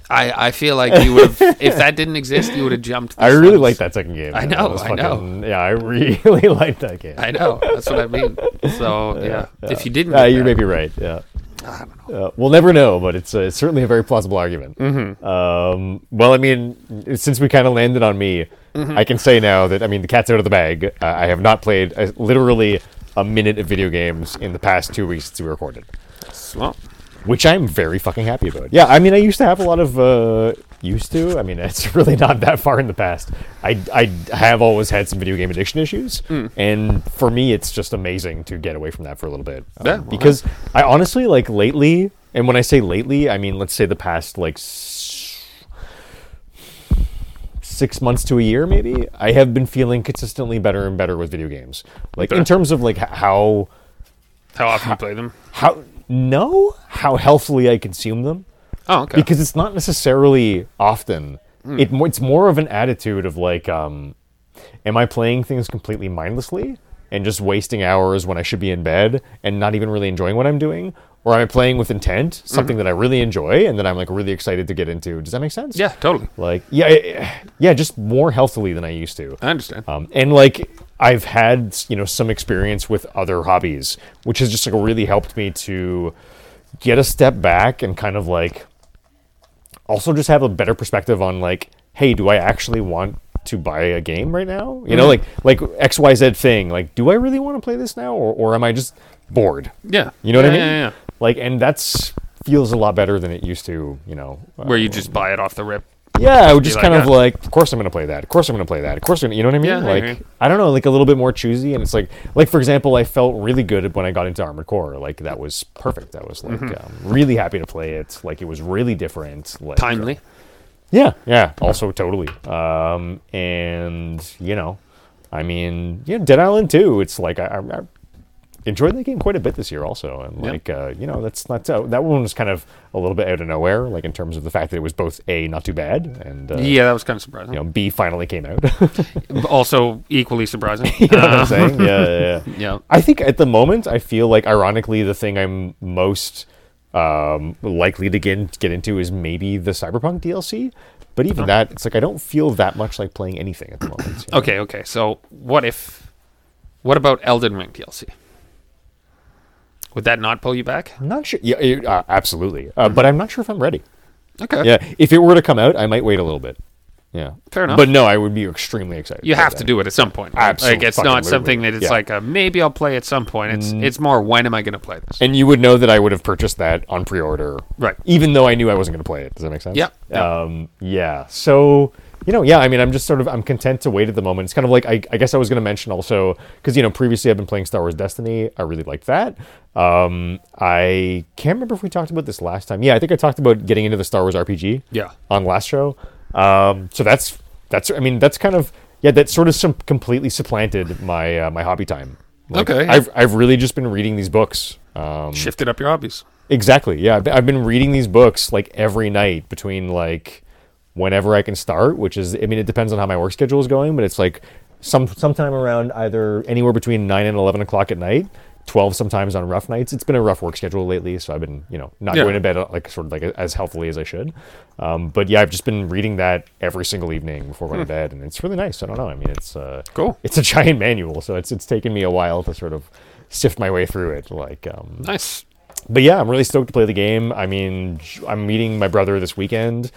I I feel like you would have, if that didn't exist, you would have jumped. I this really one. like that second game. I man. That know, was I know. Yeah, I really like that game. I know. That's what I mean. So yeah, if you didn't, Uh, get you may that- be right. Yeah. Uh, we'll never know, but it's, uh, it's certainly a very plausible argument. Mm-hmm. Um, well, I mean, since we kind of landed on me, Mm-hmm. I can say now that I mean the cat's out of the bag. Uh, I have not played uh, literally a minute of video games in the past two weeks since we recorded. Well, which I'm very fucking happy about. Yeah, I mean, I used to have a lot of uh, used to. I mean, it's really not that far in the past. I I have always had some video game addiction issues, Hmm. and for me, it's just amazing to get away from that for a little bit. Um, Yeah, well, because I honestly like lately, and when I say lately, I mean let's say the past like six months to a year, maybe, I have been feeling consistently better and better with video games. Like in terms of like h- how How often you play them? how no how healthily I consume them Oh, okay. because it's not necessarily often. It mo it's more of an attitude of like, um, am I playing things completely mindlessly and just wasting hours when I should be in bed and not even really enjoying what I'm doing, or am I playing with intent, something that I really enjoy and that I'm like really excited to get into? Does that make sense? Yeah, totally. Like yeah, it- yeah, just more healthily than I used to. I understand. Um, and like I've had you know some experience with other hobbies, which has just like really helped me to get a step back and kind of like also just have a better perspective on like, hey, do I actually want to buy a game right now? You know, like Mm-hmm. like X Y Z thing. Like, do I really want to play this now, or or am I just bored? yeah. You know what Yeah, I mean? Yeah, yeah. Like, and that's feels a lot better than it used to. You know, Where you just buy it off the rip. yeah, I would just like, kind of "Uh, like, of course I'm going to play that. Of course I'm going to play that. Of course, I'm gonna, you know what I mean? Yeah, I like, agree. I don't know, like a little bit more choosy. And it's like, like for example, I felt really good when I got into Armored Core. Like that was perfect. That was like um, really happy to play it. Like it was really different. Like, Timely. yeah, yeah. Also, totally. Um, and you know, I mean, yeah, Dead Island too. It's like I, I, I enjoyed that game quite a bit this year, also. And Yeah. like, uh, you know, that's not so, that one was kind of a little bit out of nowhere, like in terms of the fact that it was both a not too bad and uh, Yeah, that was kind of surprising. you know, B finally came out. you know But also equally surprising. what Ah. I'm saying? Yeah, yeah, yeah. yeah. I think at the moment, I feel like, ironically, the thing I'm most um, likely to get, get into is maybe the Cyberpunk DLC. But even that, it's like I don't feel that much like playing anything at the moment. you know? Uh-huh. Okay, okay. So what if? What about Elden Ring DLC? Would that not pull you back? I'm not sure. Yeah, it- uh, absolutely. Uh, But I'm not sure if I'm ready. Uh-huh. Okay. Yeah, if it were to come out, I might wait a little bit. Yeah, Fair enough. But no, I would be extremely excited. You about have that. to do it at some point. Absolute Like it's fucking not something literally. that it's Yeah. Mm. like a, maybe I'll play at some point. It's it's more when am I going to play this? And you would know that I would have purchased that on pre-order, Right. Even though I knew I wasn't going to play it. Does that make sense? Yeah, yeah. Um, yeah. So you know, yeah. I mean, I'm just sort of I'm content to wait at the moment. It's kind of like I, I guess I was going to mention also because you know previously I've been playing Star Wars Destiny. I really liked that. Um, I can't remember if we talked about this last time. Yeah, I think I talked about getting into the Star Wars RPG. Yeah. On last show. Um, so that's that's I mean that's kind of yeah that sort of some completely supplanted my uh, my hobby time. Like, Okay. I've I've really just been reading these books. Um, Shifted up your hobbies. exactly. Yeah, I've been- I've been reading these books like every night between like whenever I can start, which is I mean it depends on how my work schedule is going, but it's like some sometime around either anywhere between nine and eleven o'clock at night. 12 sometimes on rough nights it's been a rough work schedule lately so i've been you know not Yeah. going to bed uh, like sort of like as healthily as i should um, but yeah i've just been reading that every single evening before going to bed and it's really nice i don't know i mean it's uh Cool. it's a giant manual so it's it's taken me a while to sort of sift my way through it like um Nice. but yeah, I'm really stoked to play the game. I mean, j- I'm meeting my brother this weekend.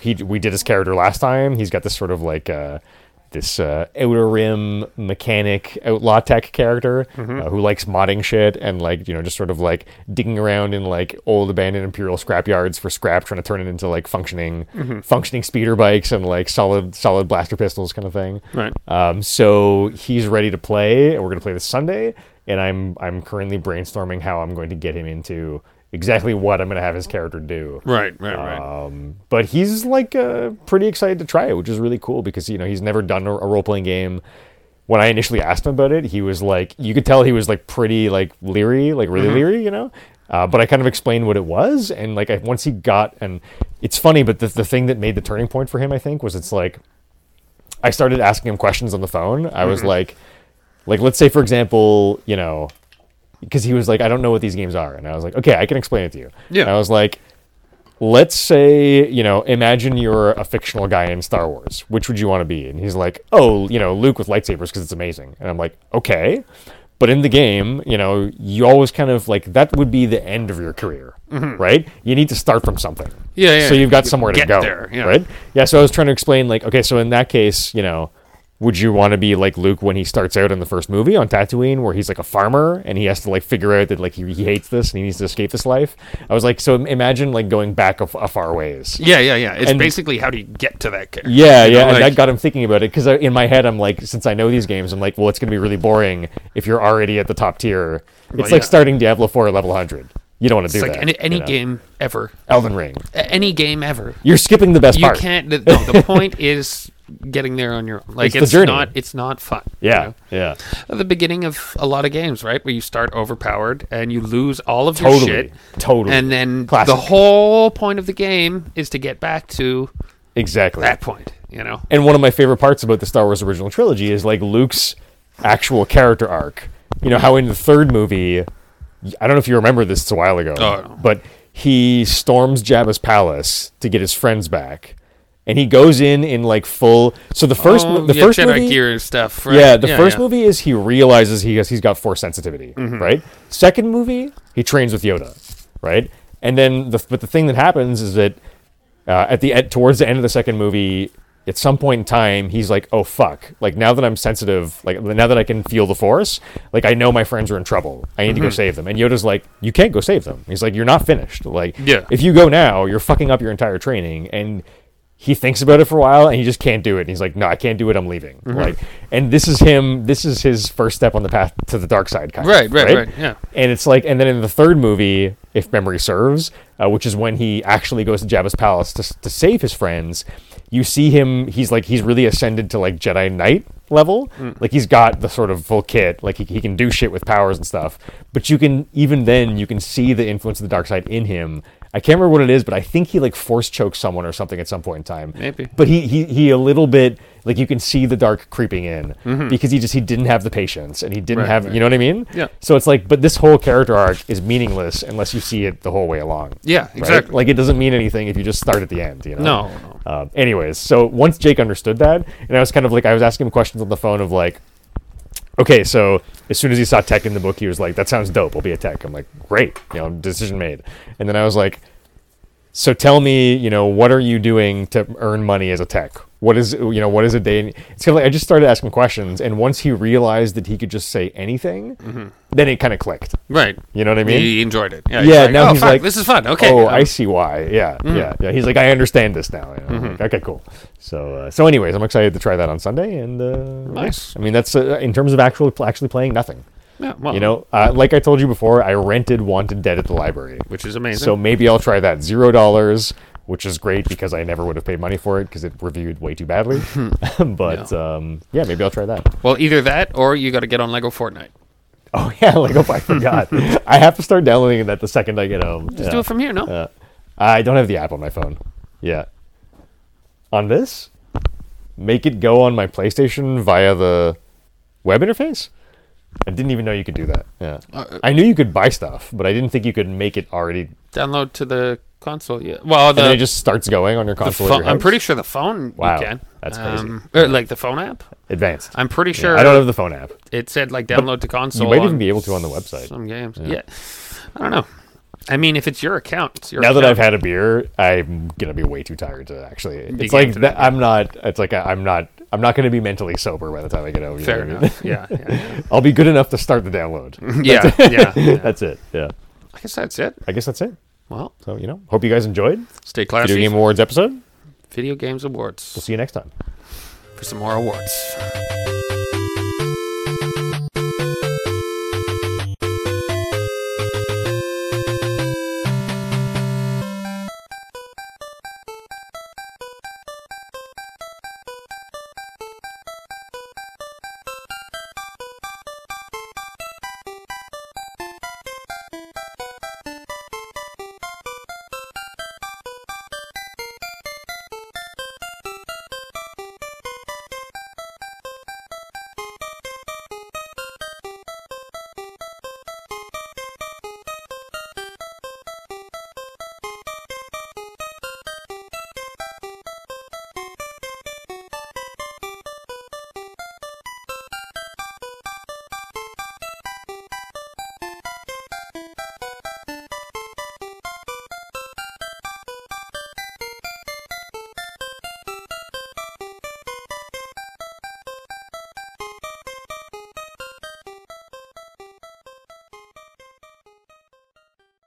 He we did his character last time. He's got this sort of like uh, this uh, outer rim mechanic outlaw tech character uh, who likes modding shit and like you know just sort of like digging around in like old abandoned imperial scrapyards for scrap, trying to turn it into like functioning functioning speeder bikes and like solid solid blaster pistols kind of thing. Right. Um, so he's ready to play, and we're going to play this Sunday. And I'm I'm currently brainstorming how I'm going to get him into exactly what I'm going to have his character do. Right, right, right. Um, but he's like uh, pretty excited to try it, which is really cool because you know he's never done a, a role playing game. When I initially asked him about it, he was like, you could tell he was like pretty like leery, like Mm-hmm. really leery, you know. Uh, but I kind of explained what it was, and like I, once he got, and it's funny, but the, the thing that made the turning point for him, I think, was it's like I started asking him questions on the phone. I was Mm-hmm. like, like let's say for example, you know, because he was like, I don't know what these games are, and I was like, okay, I can explain it to you. Yeah. And I was like, let's say you know, imagine you're a fictional guy in Star Wars. Which would you want to be? And he's like, oh, you know, Luke with lightsabers because it's amazing. And I'm like, okay. But in the game, you know, you always kind of like that would be the end of your career, right? You need to start from something. Mm-hmm. Yeah, yeah, So you've got you somewhere to get go, there, yeah. right? Yeah, so I was trying to explain, like, okay, so in that case, you know, Would you want to be like Luke when he starts out in the first movie on Tatooine, where he's like a farmer and he has to like figure out that like he, he hates this and he needs to escape this life? I was like, so imagine like going back a, f- a far ways. Yeah, yeah, yeah. It's And- basically how do you get to that character? Yeah, You know, yeah, and like- that got him thinking about it because in my head I'm like, since I know these games, I'm like, well, it's gonna be really boring if you're already at the top tier. It's yeah. like starting Diablo Four at level hundred. You don't want to do It's like that. any, any you know? game ever, Elden Ring. A- any game ever. You're skipping the best You part. can't. The, no, the point is getting there on your own. Like It's the it's, journey. not. It's not fun. you Yeah, know? yeah, At the beginning of a lot of games, right, where you start overpowered and you lose all of your totally, shit, totally. and then Classic. the whole point of the game is to get back to exactly. that point. You know. And one of my favorite parts about the Star Wars original trilogy is like Luke's actual character arc. You know, how in the third movie, I don't know if you remember this it's a while ago, Oh. but he storms Jabba's palace to get his friends back. And he goes in in like full. So the first, Oh, the yeah, first Jedi movie, gear stuff. Right? yeah, the first yeah. Mm-hmm. movie is he realizes he has he's got force sensitivity, right? Second movie, he trains with Yoda, right? And then the but the thing that happens is that uh, at the end, towards the end of the second movie, at some point in time, he's like, "Oh fuck! Like now that I'm sensitive, like now that I can feel the force, like I know my friends are in trouble. I need to Mm-hmm. go save them." And Yoda's like, "You can't go save them." He's like, "You're not finished. Like Yeah. if you go now, you're fucking up your entire training. And he thinks about it for a while and he just can't do it. And he's like, no, I can't do it. I'm leaving. Mm-hmm. Like, and this is him. This is his first step on the path to the dark side. Kind Right, of, right, right, yeah. And it's like, and then in the third movie, if memory serves, uh, which is when he actually goes to Jabba's palace to, s- to save his friends, you see him. He's like, he's really ascended to like Jedi Knight level. Mm. Like he's got the sort of full kit. Like he, he can do shit with powers and stuff. But you can even then you can see the influence of the dark side in him. I can't remember what it is, but I think he like force chokes someone or something at some point in time. Maybe. But he he, he a little bit like you can see the dark creeping in because he just he didn't have the patience and he didn't Mm-hmm. Right, have right. you know what I mean? Yeah. So it's like, but this whole character arc is meaningless unless you see it the whole way along. Yeah, Right? exactly. Like it doesn't mean anything if you just start at the end. You know. No, Uh, anyways, so once Jake understood that, and I was kind of like, I was asking him questions on the phone of like, okay, so as soon as he saw tech in the book, he was like, that sounds dope. I'll be a tech. I'm like, great. You know, decision made. And then I was like, so tell me, you know, what are you doing to earn money as a tech? What is, you know, what is a day? In, it's kind of like I just started asking questions, and once he realized that he could just say anything, then it kind of clicked. right. You know what I mean? He enjoyed it. Mm-hmm. Yeah, Yeah, like, now oh, he's fuck, like, this is fun. Okay. Oh, Um, mm. I see why. Yeah, yeah, yeah. He's like, I understand this now. And I'm Mm-hmm. like, okay, cool. So, uh, so, anyways, I'm excited to try that on Sunday. And uh, Nice. yeah. I mean, that's uh, in terms of actual actually playing nothing. yeah, well, You know, uh, like I told you before, I rented Wanted Dead at the library. which is amazing. So maybe I'll try that zero dollars, which is great because I never would have paid money for it because it reviewed way too badly. Mm-hmm. but um, yeah, maybe I'll try that. well, either that or you got to get on Lego Fortnite. Oh yeah, like oh I forgot, I have to start downloading that the second I get home. Just do it from here. No, Uh, I don't have the app on my phone. Yeah. On this, make it go on my PlayStation via the web interface. I didn't even know you could do that. Yeah. Uh, I knew you could buy stuff, but I didn't think you could make it already. And download to the console. Yeah. Well, then the, it just starts going on your Uh, the console. at phone. your I'm house? pretty sure the phone. Wow, You can. that's crazy. or, like the phone app. advanced. I'm pretty Yeah, sure. I don't have the phone app. It said like download to console. you might even on be able to on the website. some games. Yeah. I don't know. I mean, if it's your account, it's your Now that account. I've had a beer, I'm gonna be way too tired to actually. It's getting like to that, I'm not. It's like I, am not. I'm not gonna be mentally sober by the time I get over. Fair enough. Yeah. Yeah. I'll be good enough to start the download. Yeah. yeah, yeah, yeah. That's it. Yeah. I guess that's it. I guess that's it. Well, So, you know, hope you guys enjoyed stay Video classy. Game Awards episode. We'll Video Games Awards see you next time. for some more awards.